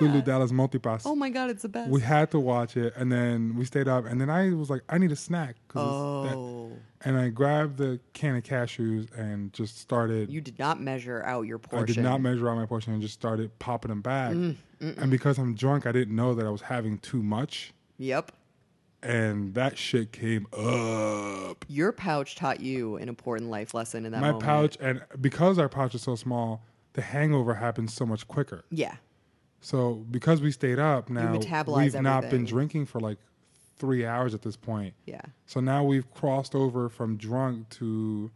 [SPEAKER 2] Lulu Dallas Multipass.
[SPEAKER 3] Oh my god, it's the best.
[SPEAKER 2] We had to watch it, and then we stayed up. And then I was like, I need a snack. 'cause it's that-
[SPEAKER 3] oh,
[SPEAKER 2] and I grabbed the can of cashews and just started.
[SPEAKER 3] you did not measure out your
[SPEAKER 2] I
[SPEAKER 3] portion. Mm,
[SPEAKER 2] did not measure out my portion and just started popping them back. and because I'm drunk, I didn't know that I was having too much,
[SPEAKER 3] Yep.
[SPEAKER 2] and that shit came up.
[SPEAKER 3] Your pouch taught you an important life lesson in that
[SPEAKER 2] My
[SPEAKER 3] moment.
[SPEAKER 2] pouch, and because our pouch is so small, the hangover happens so much quicker.
[SPEAKER 3] Yeah.
[SPEAKER 2] So because we stayed up now, we've
[SPEAKER 3] metabolize
[SPEAKER 2] not been
[SPEAKER 3] everything.
[SPEAKER 2] drinking for like three hours at this point.
[SPEAKER 3] Yeah.
[SPEAKER 2] So now we've crossed over from drunk to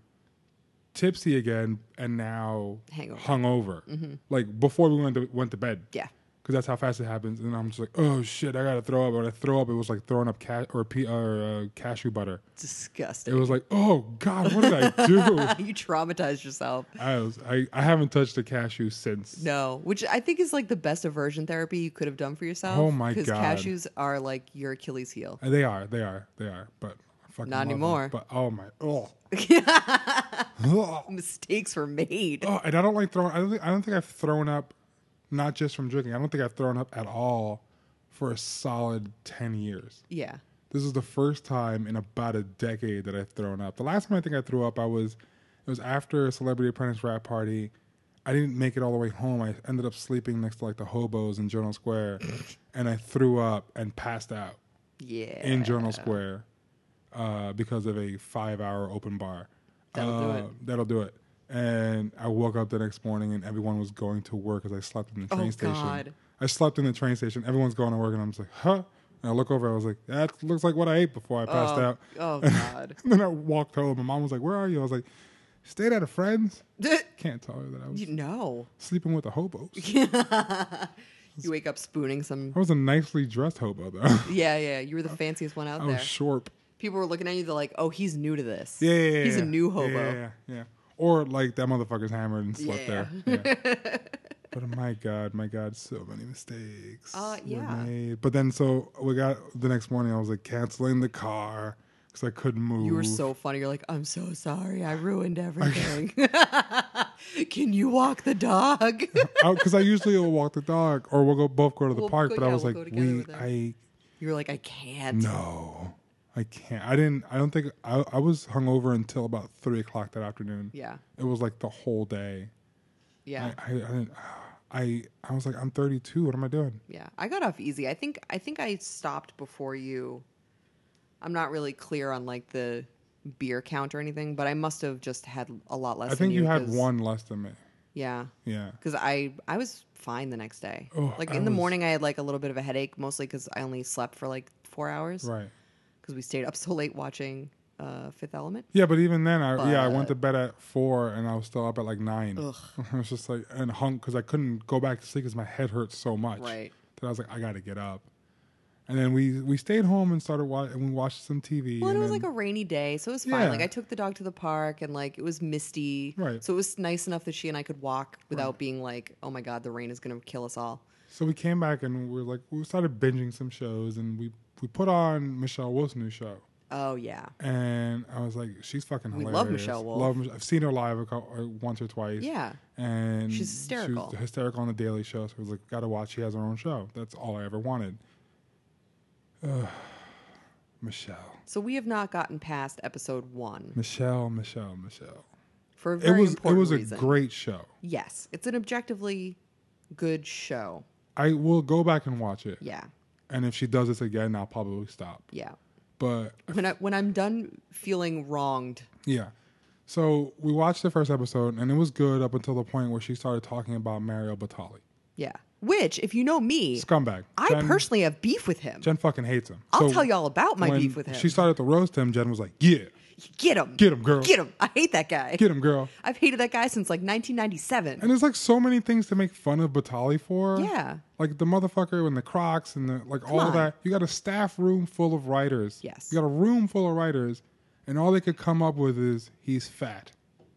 [SPEAKER 2] tipsy again, and now
[SPEAKER 3] Hangover. Mm-hmm.
[SPEAKER 2] hungover. Like before we went to went to bed.
[SPEAKER 3] Yeah.
[SPEAKER 2] Because that's how fast it happens, and I'm just like, oh shit, I gotta throw up. When I throw up, it was like throwing up cat or, pe- or uh, cashew butter. It
[SPEAKER 3] Disgusting.
[SPEAKER 2] was like, oh god, what did I do?
[SPEAKER 3] you traumatized yourself.
[SPEAKER 2] I was, I, I haven't touched a cashew since.
[SPEAKER 3] No, which I think is like the best aversion therapy you could have done for yourself.
[SPEAKER 2] Oh my God.
[SPEAKER 3] Because cashews are like your Achilles heel.
[SPEAKER 2] Uh, They are, they are, they are. But I fucking
[SPEAKER 3] Not
[SPEAKER 2] love them.
[SPEAKER 3] anymore.
[SPEAKER 2] But oh my, oh. Ugh.
[SPEAKER 3] Mistakes were made.
[SPEAKER 2] oh, and I don't like throwing. I don't think I don't think I've thrown up, not just from drinking. I don't think I've thrown up at all for a solid ten years.
[SPEAKER 3] Yeah.
[SPEAKER 2] This is the first time in about a decade that I've thrown up. The last time I think I threw up, I was it was after a Celebrity Apprentice rap party. I didn't make it all the way home. I ended up sleeping next to like the hobos in Journal Square, and I threw up and passed out
[SPEAKER 3] Yeah.
[SPEAKER 2] in Journal Square uh, because of a five-hour open bar.
[SPEAKER 3] That'll do
[SPEAKER 2] Uh,
[SPEAKER 3] it.
[SPEAKER 2] That'll do it. And I woke up the next morning, and everyone was going to work because I slept in the train
[SPEAKER 3] Oh,
[SPEAKER 2] station.
[SPEAKER 3] God.
[SPEAKER 2] I slept in the train station. Everyone's going to work, and I'm just like, huh? And I look over. I was like, that looks like what I ate before I passed
[SPEAKER 3] oh,
[SPEAKER 2] out.
[SPEAKER 3] oh, God.
[SPEAKER 2] And then I walked home. My mom was like, where are you? I was like, stayed at a friend's. Can't tell her that I was
[SPEAKER 3] you know.
[SPEAKER 2] sleeping with the hobos.
[SPEAKER 3] You wake up spooning some.
[SPEAKER 2] I was a nicely dressed hobo though.
[SPEAKER 3] Yeah, yeah. You were the fanciest one out
[SPEAKER 2] I
[SPEAKER 3] there.
[SPEAKER 2] was short.
[SPEAKER 3] People were looking at you. They're like, oh, he's new to this.
[SPEAKER 2] Yeah, yeah, yeah,
[SPEAKER 3] He's
[SPEAKER 2] yeah.
[SPEAKER 3] a new hobo.
[SPEAKER 2] Yeah, yeah, yeah. Or like that motherfucker's hammered and slept
[SPEAKER 3] Yeah.
[SPEAKER 2] there. Yeah. but uh, my God, my God, so many mistakes.
[SPEAKER 3] Uh,
[SPEAKER 2] were
[SPEAKER 3] yeah.
[SPEAKER 2] made. But then so we got the next morning. I was like canceling the car. because I couldn't move.
[SPEAKER 3] You were so funny. You're like, I'm so sorry. I ruined everything. Can you walk the dog?
[SPEAKER 2] because I usually will walk the dog or we'll go both go to the
[SPEAKER 3] We'll
[SPEAKER 2] park.
[SPEAKER 3] go-
[SPEAKER 2] but I
[SPEAKER 3] yeah,
[SPEAKER 2] was
[SPEAKER 3] we'll go
[SPEAKER 2] like,
[SPEAKER 3] together
[SPEAKER 2] we,
[SPEAKER 3] with them.
[SPEAKER 2] I
[SPEAKER 3] you were like, I can't.
[SPEAKER 2] no, I can't. I didn't. I don't think I. I was hungover until about three o'clock that afternoon.
[SPEAKER 3] Yeah.
[SPEAKER 2] it was like the whole day.
[SPEAKER 3] Yeah.
[SPEAKER 2] I, I, I didn't. I I was like, I'm 32. What am I doing?
[SPEAKER 3] Yeah, I got off easy. I think I think I stopped before you. I'm not really clear on like the beer count or anything, but I must have just had a lot less.
[SPEAKER 2] I
[SPEAKER 3] than
[SPEAKER 2] think you had
[SPEAKER 3] 'cause-
[SPEAKER 2] one less than me.
[SPEAKER 3] Yeah,
[SPEAKER 2] Yeah.
[SPEAKER 3] because I I was fine the next day.
[SPEAKER 2] Oh,
[SPEAKER 3] like
[SPEAKER 2] I
[SPEAKER 3] in the
[SPEAKER 2] was-
[SPEAKER 3] morning, I had like a little bit of a headache, mostly because I only slept for like four hours because
[SPEAKER 2] Right.
[SPEAKER 3] we stayed up so late watching uh, Fifth Element.
[SPEAKER 2] Yeah, but even then, I yeah, I went
[SPEAKER 3] But-
[SPEAKER 2] to bed at four and I was still up at like nine.
[SPEAKER 3] Ugh.
[SPEAKER 2] I was just like and hung because I couldn't go back to sleep because my head hurt so much.
[SPEAKER 3] Right.
[SPEAKER 2] That I was like, I got to get up. And then we we stayed home and started watching and we watched some TV.
[SPEAKER 3] Well, and
[SPEAKER 2] and
[SPEAKER 3] it was
[SPEAKER 2] then-
[SPEAKER 3] like a rainy day, so it was fine.
[SPEAKER 2] Yeah.
[SPEAKER 3] Like I took the dog to the park, and like it was misty,
[SPEAKER 2] Right.
[SPEAKER 3] So it was nice enough that she and I could walk without being like, "Oh my god, the rain is going to kill us all."
[SPEAKER 2] so we came back and we were like we started binging some shows and we we put on Michelle Wolf's new show.
[SPEAKER 3] Oh yeah,
[SPEAKER 2] And I was like, she's fucking
[SPEAKER 3] We
[SPEAKER 2] hilarious.
[SPEAKER 3] love Michelle Wolf.
[SPEAKER 2] Love Mich- I've seen her live a couple, uh, once or twice.
[SPEAKER 3] yeah.
[SPEAKER 2] and
[SPEAKER 3] She's
[SPEAKER 2] she was
[SPEAKER 3] hysterical.
[SPEAKER 2] hysterical on the Daily Show. So I was like, gotta watch. She has her own show. That's all I ever wanted. Ugh. Michelle,
[SPEAKER 3] So we have not gotten past episode one
[SPEAKER 2] Michelle, Michelle, Michelle.
[SPEAKER 3] for a
[SPEAKER 2] It
[SPEAKER 3] very
[SPEAKER 2] was it
[SPEAKER 3] important
[SPEAKER 2] was
[SPEAKER 3] reason.
[SPEAKER 2] a great show.
[SPEAKER 3] yes, it's an objectively good show.
[SPEAKER 2] I will go back and watch it,
[SPEAKER 3] Yeah,
[SPEAKER 2] and if she does this again, I'll probably stop.
[SPEAKER 3] yeah.
[SPEAKER 2] But
[SPEAKER 3] When I when I'm done feeling wronged,
[SPEAKER 2] yeah, so we watched the first episode, and it was good up until the point where she started talking about Mario Batali,
[SPEAKER 3] yeah. Which, if you know me,
[SPEAKER 2] scumbag.
[SPEAKER 3] I
[SPEAKER 2] Jen-
[SPEAKER 3] personally have beef with him.
[SPEAKER 2] Jen fucking hates him.
[SPEAKER 3] I'll
[SPEAKER 2] So
[SPEAKER 3] tell you all about my
[SPEAKER 2] when
[SPEAKER 3] beef with him.
[SPEAKER 2] She started to roast him. Jen was like, "Yeah,
[SPEAKER 3] Get him.
[SPEAKER 2] Get him, girl.
[SPEAKER 3] Get him. I hate that guy.
[SPEAKER 2] get him, girl."
[SPEAKER 3] I've hated that guy since like 1997.
[SPEAKER 2] And there's like so many things to make fun of Batali for.
[SPEAKER 3] Yeah.
[SPEAKER 2] Like the motherfucker and the Crocs and the like all of
[SPEAKER 3] on.
[SPEAKER 2] that. You got a staff room full of writers.
[SPEAKER 3] Yes.
[SPEAKER 2] You got a room full of writers, and all they could come up with is he's fat.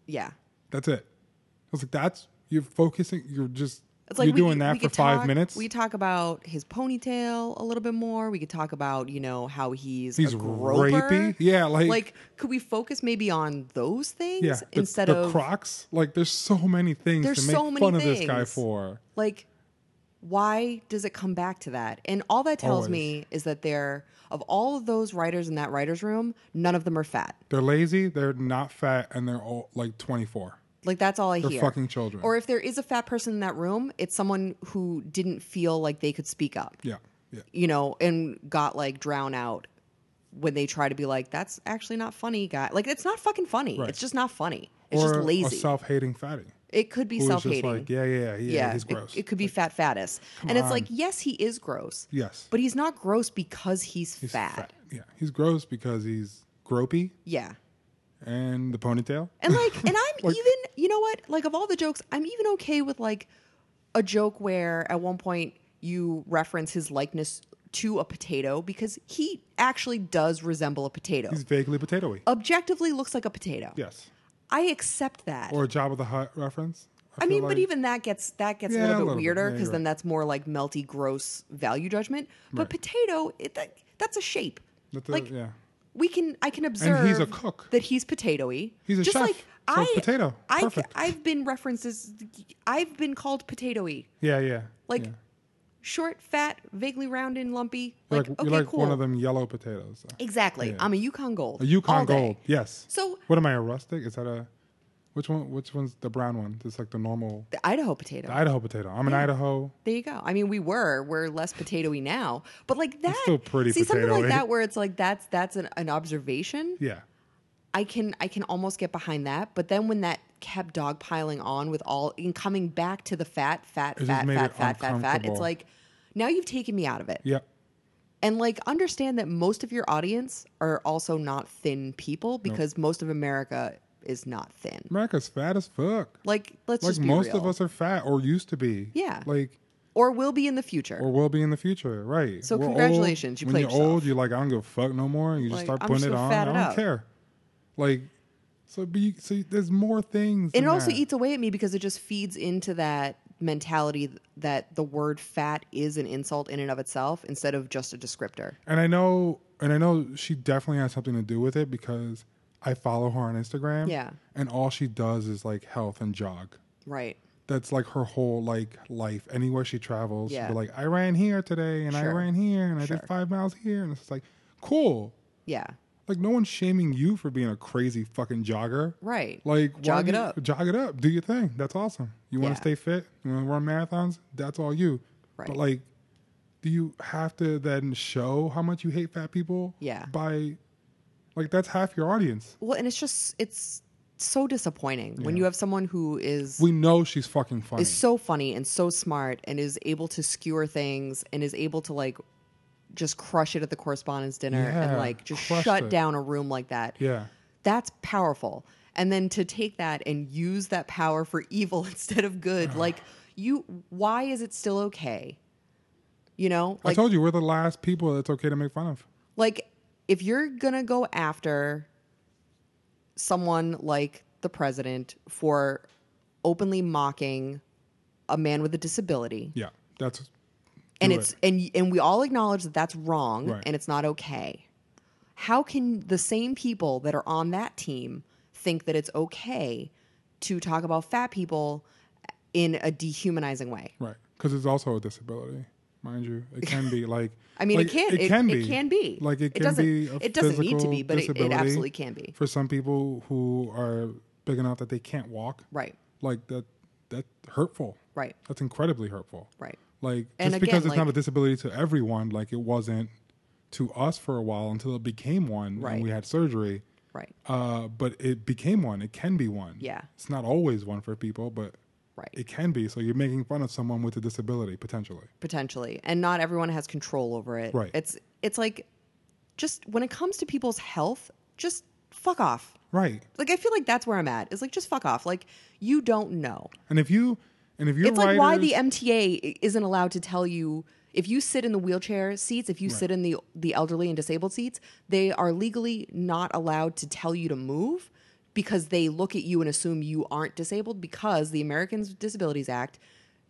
[SPEAKER 3] yeah.
[SPEAKER 2] That's it. I was like, that's you're focusing. You're just
[SPEAKER 3] It's like
[SPEAKER 2] you're
[SPEAKER 3] we
[SPEAKER 2] doing
[SPEAKER 3] could- we
[SPEAKER 2] that for
[SPEAKER 3] could
[SPEAKER 2] five
[SPEAKER 3] talk-
[SPEAKER 2] minutes.
[SPEAKER 3] We could talk about his ponytail a little bit more. We could talk about, you know, how he's
[SPEAKER 2] He's
[SPEAKER 3] a groper.
[SPEAKER 2] rapey. Yeah, like-
[SPEAKER 3] like could we focus maybe on those things
[SPEAKER 2] yeah. The,
[SPEAKER 3] instead
[SPEAKER 2] the
[SPEAKER 3] of
[SPEAKER 2] Crocs. Like there's so many things
[SPEAKER 3] There's
[SPEAKER 2] to make
[SPEAKER 3] so many
[SPEAKER 2] fun of this guy
[SPEAKER 3] things.
[SPEAKER 2] for.
[SPEAKER 3] like why does it come back to that? And all that tells
[SPEAKER 2] Always.
[SPEAKER 3] me is that they're of all of those writers in that writers room, none of them are fat.
[SPEAKER 2] They're lazy. They're not fat, and they're all like 24.
[SPEAKER 3] Like that's all I
[SPEAKER 2] They're
[SPEAKER 3] hear.
[SPEAKER 2] fucking children.
[SPEAKER 3] Or if there is a fat person in that room, it's someone who didn't feel like they could speak up,
[SPEAKER 2] yeah. Yeah.
[SPEAKER 3] you know, and got like drowned out when they try to be like, that's actually not funny, guy. Like, it's not fucking funny.
[SPEAKER 2] Right.
[SPEAKER 3] It's just not funny. It's
[SPEAKER 2] or
[SPEAKER 3] just
[SPEAKER 2] a
[SPEAKER 3] lazy.
[SPEAKER 2] self-hating fatty.
[SPEAKER 3] it could be
[SPEAKER 2] who is
[SPEAKER 3] self
[SPEAKER 2] just
[SPEAKER 3] hating.
[SPEAKER 2] like, yeah, yeah, yeah, yeah, he's
[SPEAKER 3] it-
[SPEAKER 2] gross.
[SPEAKER 3] It, could be fat fattest. And it's like, yes, he is gross.
[SPEAKER 2] yes,
[SPEAKER 3] But he's not gross because he's,
[SPEAKER 2] he's
[SPEAKER 3] fat.
[SPEAKER 2] Yeah, he's gross because he's gropey
[SPEAKER 3] Yeah.
[SPEAKER 2] and the ponytail.
[SPEAKER 3] And like, and I'm
[SPEAKER 2] Like-
[SPEAKER 3] even, you know what? Like, of all the jokes, I'm even okay with like a joke where at one point you reference his likeness to a potato because he actually does resemble a potato.
[SPEAKER 2] He's vaguely potatoy.
[SPEAKER 3] Oh. Objectively looks like a potato.
[SPEAKER 2] yes,
[SPEAKER 3] I accept that.
[SPEAKER 2] or a Job of the Hut reference.
[SPEAKER 3] I mean,
[SPEAKER 2] feel
[SPEAKER 3] but
[SPEAKER 2] like.
[SPEAKER 3] even that gets that gets
[SPEAKER 2] Yeah, a
[SPEAKER 3] a little bit
[SPEAKER 2] little bit.
[SPEAKER 3] weirder
[SPEAKER 2] Yeah,
[SPEAKER 3] because
[SPEAKER 2] you're
[SPEAKER 3] then
[SPEAKER 2] right.
[SPEAKER 3] that's more like melty, gross value judgment. But
[SPEAKER 2] Right.
[SPEAKER 3] potato, it, that, that's a shape.
[SPEAKER 2] That's a-
[SPEAKER 3] like
[SPEAKER 2] yeah.
[SPEAKER 3] we can, I can observe.
[SPEAKER 2] he's a cook.
[SPEAKER 3] That he's potatoey.
[SPEAKER 2] He's a
[SPEAKER 3] Just
[SPEAKER 2] chef,
[SPEAKER 3] Like,
[SPEAKER 2] so
[SPEAKER 3] I
[SPEAKER 2] potato.
[SPEAKER 3] I,
[SPEAKER 2] Perfect.
[SPEAKER 3] have been references. I've been called potatoey.
[SPEAKER 2] yeah, yeah,
[SPEAKER 3] Like
[SPEAKER 2] yeah.
[SPEAKER 3] short, fat, vaguely round and lumpy.
[SPEAKER 2] You're
[SPEAKER 3] Like,
[SPEAKER 2] like,
[SPEAKER 3] okay,
[SPEAKER 2] you're like
[SPEAKER 3] cool.
[SPEAKER 2] one of them yellow potatoes.
[SPEAKER 3] Exactly.
[SPEAKER 2] Yeah.
[SPEAKER 3] I'm a Yukon Gold.
[SPEAKER 2] A Yukon
[SPEAKER 3] all day.
[SPEAKER 2] Gold. Yes.
[SPEAKER 3] So-
[SPEAKER 2] what am I a rustic? Is that a which one? Which one's the brown one? It's like the normal
[SPEAKER 3] The Idaho potato.
[SPEAKER 2] the Idaho potato. I'm an Idaho.
[SPEAKER 3] There you go. I mean, we were we're less potatoey now, but like that,
[SPEAKER 2] still pretty
[SPEAKER 3] See something like
[SPEAKER 2] potatoey.
[SPEAKER 3] that where it's like that's that's an, an observation.
[SPEAKER 2] Yeah.
[SPEAKER 3] I can I can almost get behind that, but then when that kept dogpiling on with all and coming back to the fat, fat,
[SPEAKER 2] just
[SPEAKER 3] fat,
[SPEAKER 2] made
[SPEAKER 3] fat,
[SPEAKER 2] it
[SPEAKER 3] fat, fat, fat,
[SPEAKER 2] uncomfortable.
[SPEAKER 3] it's like now you've taken me out of it.
[SPEAKER 2] Yep.
[SPEAKER 3] And like understand that most of your audience are also not thin people because most of America is not thin.
[SPEAKER 2] America's fat as fuck.
[SPEAKER 3] Like let's
[SPEAKER 2] Like
[SPEAKER 3] just be
[SPEAKER 2] most
[SPEAKER 3] real.
[SPEAKER 2] of us are fat or used to be.
[SPEAKER 3] Yeah.
[SPEAKER 2] Like
[SPEAKER 3] or will be in the future.
[SPEAKER 2] or will be in the future, right?
[SPEAKER 3] So
[SPEAKER 2] We're old.
[SPEAKER 3] congratulations, you
[SPEAKER 2] when
[SPEAKER 3] played
[SPEAKER 2] you're
[SPEAKER 3] yourself.
[SPEAKER 2] old, you're like, I don't give a fuck no more, and you just
[SPEAKER 3] Like,
[SPEAKER 2] start
[SPEAKER 3] I'm
[SPEAKER 2] putting
[SPEAKER 3] just
[SPEAKER 2] it
[SPEAKER 3] gonna
[SPEAKER 2] on.
[SPEAKER 3] fat
[SPEAKER 2] I
[SPEAKER 3] it
[SPEAKER 2] don't
[SPEAKER 3] up.
[SPEAKER 2] care. Like, so be so. There's more things.
[SPEAKER 3] and it
[SPEAKER 2] than
[SPEAKER 3] also
[SPEAKER 2] that.
[SPEAKER 3] eats away at me because it just feeds into that mentality th- that the word fat is an insult in and of itself instead of just a descriptor.
[SPEAKER 2] And I know, and I know she definitely has something to do with it because I follow her on Instagram.
[SPEAKER 3] Yeah.
[SPEAKER 2] And all she does is like health and jog.
[SPEAKER 3] Right.
[SPEAKER 2] That's like her whole like life. Anywhere she travels, she'll
[SPEAKER 3] Yeah.
[SPEAKER 2] be like, I ran here today, and I
[SPEAKER 3] Sure.
[SPEAKER 2] ran here, and I
[SPEAKER 3] Sure.
[SPEAKER 2] did five miles here, and it's like, cool.
[SPEAKER 3] Yeah.
[SPEAKER 2] Like no one's shaming you for being a crazy fucking jogger.
[SPEAKER 3] Right.
[SPEAKER 2] Like why
[SPEAKER 3] Jog it
[SPEAKER 2] do-
[SPEAKER 3] up.
[SPEAKER 2] Jog it up. Do your thing. That's awesome. You want
[SPEAKER 3] Yeah.
[SPEAKER 2] to stay fit? You want to run marathons? That's all you.
[SPEAKER 3] Right.
[SPEAKER 2] But like, do you have to then show how much you hate fat people?
[SPEAKER 3] Yeah.
[SPEAKER 2] By, like, that's half your audience.
[SPEAKER 3] well, and it's just it's so disappointing when you have someone who is
[SPEAKER 2] We know she's fucking funny.
[SPEAKER 3] is so funny and so smart and is able to skewer things and is able to like just crush it at the correspondence dinner
[SPEAKER 2] Yeah,
[SPEAKER 3] and like just
[SPEAKER 2] crush
[SPEAKER 3] shut
[SPEAKER 2] it.
[SPEAKER 3] down a room like that.
[SPEAKER 2] yeah.
[SPEAKER 3] That's powerful. And then to take that and use that power for evil instead of good, like you why is it still okay? You know?
[SPEAKER 2] I
[SPEAKER 3] Like
[SPEAKER 2] told you we're the last people that's okay to make fun of.
[SPEAKER 3] like if you're gonna go after someone like the president for openly mocking a man with a disability
[SPEAKER 2] Yeah. That's. do
[SPEAKER 3] and
[SPEAKER 2] it.
[SPEAKER 3] it's and and we all acknowledge that that's wrong
[SPEAKER 2] Right.
[SPEAKER 3] and it's not okay how can the same people that are on that team think that it's okay to talk about fat people in a dehumanizing way
[SPEAKER 2] right because it's also a disability, mind you. It can be like.
[SPEAKER 3] I mean,
[SPEAKER 2] like,
[SPEAKER 3] it can. It, it can be.
[SPEAKER 2] Like it,
[SPEAKER 3] It
[SPEAKER 2] can
[SPEAKER 3] doesn't-
[SPEAKER 2] be. a
[SPEAKER 3] it doesn't need to
[SPEAKER 2] physical
[SPEAKER 3] be, but it- it
[SPEAKER 2] disability
[SPEAKER 3] absolutely can be.
[SPEAKER 2] for some people who are big enough that they can't walk.
[SPEAKER 3] right
[SPEAKER 2] Like that. That's hurtful.
[SPEAKER 3] right
[SPEAKER 2] That's incredibly hurtful.
[SPEAKER 3] right
[SPEAKER 2] Like just
[SPEAKER 3] And
[SPEAKER 2] because
[SPEAKER 3] again,
[SPEAKER 2] it's not
[SPEAKER 3] like-
[SPEAKER 2] a disability to everyone, like it wasn't to us for a while until it became one
[SPEAKER 3] Right.
[SPEAKER 2] and we had surgery.
[SPEAKER 3] right
[SPEAKER 2] Uh, but it became one. It can be one.
[SPEAKER 3] Yeah.
[SPEAKER 2] It's not always one for people, but
[SPEAKER 3] right
[SPEAKER 2] it can be. So you're making fun of someone with a disability potentially.
[SPEAKER 3] potentially and not everyone has control over it
[SPEAKER 2] Right.
[SPEAKER 3] it's it's like just when it comes to people's health just fuck off
[SPEAKER 2] Right.
[SPEAKER 3] like i feel like that's where i'm at it's like just fuck off like you don't know
[SPEAKER 2] And if you and if you're
[SPEAKER 3] it's like why the MTA i- isn't allowed to tell you if you sit in the wheelchair seats, if you sit in the the elderly and disabled seats, they are legally not allowed to tell you to move because they look at you and assume you aren't disabled because the Americans with Disabilities Act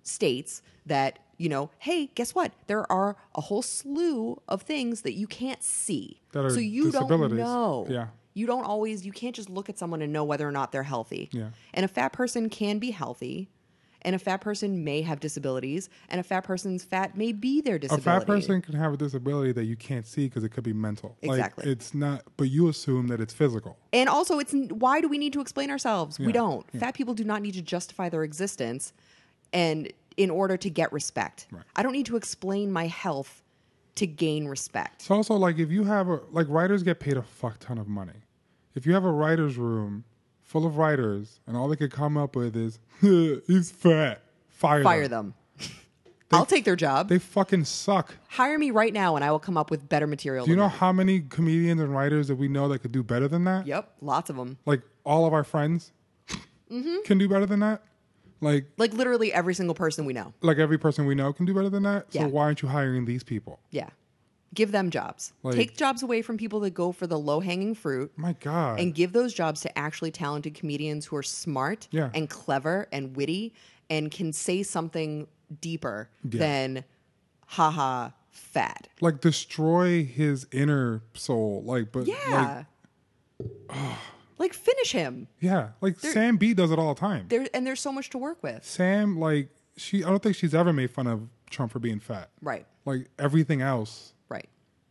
[SPEAKER 3] states that, you know, hey, guess what? There are a whole slew of things that you can't see.
[SPEAKER 2] That are
[SPEAKER 3] so you don't
[SPEAKER 2] disabilities.
[SPEAKER 3] know.
[SPEAKER 2] Yeah.
[SPEAKER 3] You don't always you can't just look at someone and know whether or not they're healthy.
[SPEAKER 2] Yeah.
[SPEAKER 3] And a fat person can be healthy, and a fat person may have disabilities, and a fat person's fat may be their
[SPEAKER 2] a
[SPEAKER 3] disability.
[SPEAKER 2] fat person can have a disability that you can't see because it could be mental.
[SPEAKER 3] Exactly.
[SPEAKER 2] Like it's not, but you assume that it's physical.
[SPEAKER 3] And also, it's why do we need to explain ourselves?
[SPEAKER 2] Yeah,
[SPEAKER 3] We don't. Fat people do not need to justify their existence, and in order to get respect, I don't need to explain my health to gain respect.
[SPEAKER 2] It's also like if you have a like writers get paid a fuck ton of money. If you have a writers room full of writers and all they could come up with is he's fat, fire,
[SPEAKER 3] Fire them. I'll take their job.
[SPEAKER 2] They fucking suck.
[SPEAKER 3] Hire me right now, and I will come up with better material.
[SPEAKER 2] Do you
[SPEAKER 3] than
[SPEAKER 2] know
[SPEAKER 3] that.
[SPEAKER 2] how many comedians and writers that we know that could do better than that?
[SPEAKER 3] Yep, lots of them.
[SPEAKER 2] Like all of our friends
[SPEAKER 3] Mm-hmm.
[SPEAKER 2] can do better than that. Like
[SPEAKER 3] Like literally every single person we know.
[SPEAKER 2] like every person we know can do better than that.
[SPEAKER 3] Yeah.
[SPEAKER 2] So why aren't you hiring these people?
[SPEAKER 3] Yeah. Give them jobs.
[SPEAKER 2] Like-
[SPEAKER 3] Take jobs away from people that go for the low hanging fruit
[SPEAKER 2] My God.
[SPEAKER 3] and give those jobs to actually talented comedians who are smart
[SPEAKER 2] Yeah.
[SPEAKER 3] and clever and witty and can say something deeper than haha fat.
[SPEAKER 2] like destroy his inner soul. Like but
[SPEAKER 3] Yeah.
[SPEAKER 2] like
[SPEAKER 3] Like, finish him.
[SPEAKER 2] yeah. Like Sam B does it all the time.
[SPEAKER 3] There and there's so much to work with.
[SPEAKER 2] Sam, like she, I don't think she's ever made fun of Trump for being fat.
[SPEAKER 3] Right.
[SPEAKER 2] Like everything else,
[SPEAKER 3] Right.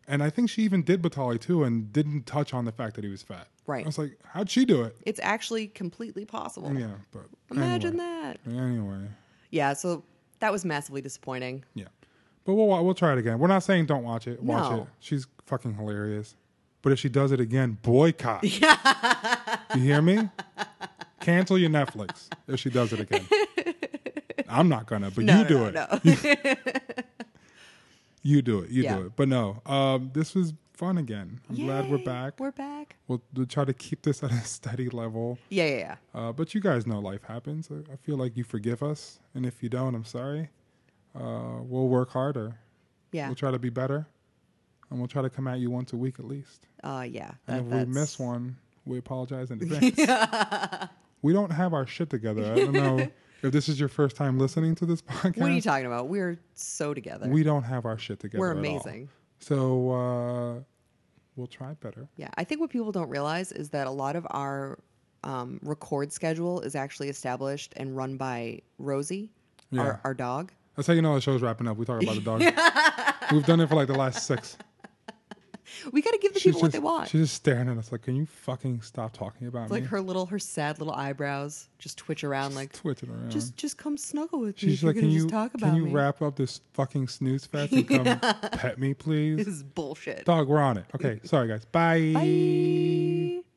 [SPEAKER 2] and I think she even did Batali too, and didn't touch on the fact that he was fat.
[SPEAKER 3] Right.
[SPEAKER 2] I was like, how'd she do it?
[SPEAKER 3] It's actually completely possible.
[SPEAKER 2] Yeah, but
[SPEAKER 3] Imagine
[SPEAKER 2] anyway.
[SPEAKER 3] that.
[SPEAKER 2] Anyway,
[SPEAKER 3] Yeah, so that was massively disappointing.
[SPEAKER 2] yeah, but we'll wa- we'll try it again. We're not saying don't watch it. Watch
[SPEAKER 3] No.
[SPEAKER 2] it. She's fucking hilarious. But if she does it again, boycott. you hear me? Cancel your Netflix if she does it again. I'm not gonna, but
[SPEAKER 3] No,
[SPEAKER 2] you
[SPEAKER 3] no,
[SPEAKER 2] do
[SPEAKER 3] no,
[SPEAKER 2] it.
[SPEAKER 3] no.
[SPEAKER 2] You do it. You
[SPEAKER 3] Yeah.
[SPEAKER 2] do it. But no, um, this was fun again. I'm glad we're
[SPEAKER 3] Yay,
[SPEAKER 2] back.
[SPEAKER 3] We're back.
[SPEAKER 2] we'll, we'll try to keep this at a steady level.
[SPEAKER 3] Yeah, yeah, yeah.
[SPEAKER 2] Uh, but you guys know life happens. I, I feel like you forgive us. And if you don't, I'm sorry. Uh, we'll work harder.
[SPEAKER 3] Yeah.
[SPEAKER 2] We'll try to be better. And we'll try to come at you once a week at least.
[SPEAKER 3] Uh, yeah.
[SPEAKER 2] And
[SPEAKER 3] that-
[SPEAKER 2] if we miss
[SPEAKER 3] that's-
[SPEAKER 2] one, we apologize in advance. we don't have our shit together. I don't know If this is your first time listening to this podcast,
[SPEAKER 3] What are you talking about? We're so together.
[SPEAKER 2] we don't have our shit together.
[SPEAKER 3] We're
[SPEAKER 2] at all.
[SPEAKER 3] amazing.
[SPEAKER 2] So uh, we'll try better.
[SPEAKER 3] Yeah, I think what people don't realize is that a lot of our um, record schedule is actually established and run by Rosie,
[SPEAKER 2] Yeah.
[SPEAKER 3] our, our dog.
[SPEAKER 2] That's how you know the show's wrapping up. We talk about the dog. We've done it for like the last six.
[SPEAKER 3] We got to give the
[SPEAKER 2] She's
[SPEAKER 3] people what
[SPEAKER 2] just-
[SPEAKER 3] they want.
[SPEAKER 2] She's just staring at us like, can you fucking stop talking about
[SPEAKER 3] It's
[SPEAKER 2] me?
[SPEAKER 3] like her little, her sad little eyebrows just twitch around, like
[SPEAKER 2] twitching around.
[SPEAKER 3] just, just come snuggle with me.
[SPEAKER 2] she's
[SPEAKER 3] if you're
[SPEAKER 2] like,
[SPEAKER 3] gonna
[SPEAKER 2] can you
[SPEAKER 3] just talk about
[SPEAKER 2] can you
[SPEAKER 3] me.
[SPEAKER 2] wrap up this fucking snooze fest and come pet me, please?
[SPEAKER 3] This is bullshit.
[SPEAKER 2] Dog, we're on it. Okay, sorry guys. Bye.
[SPEAKER 3] Bye.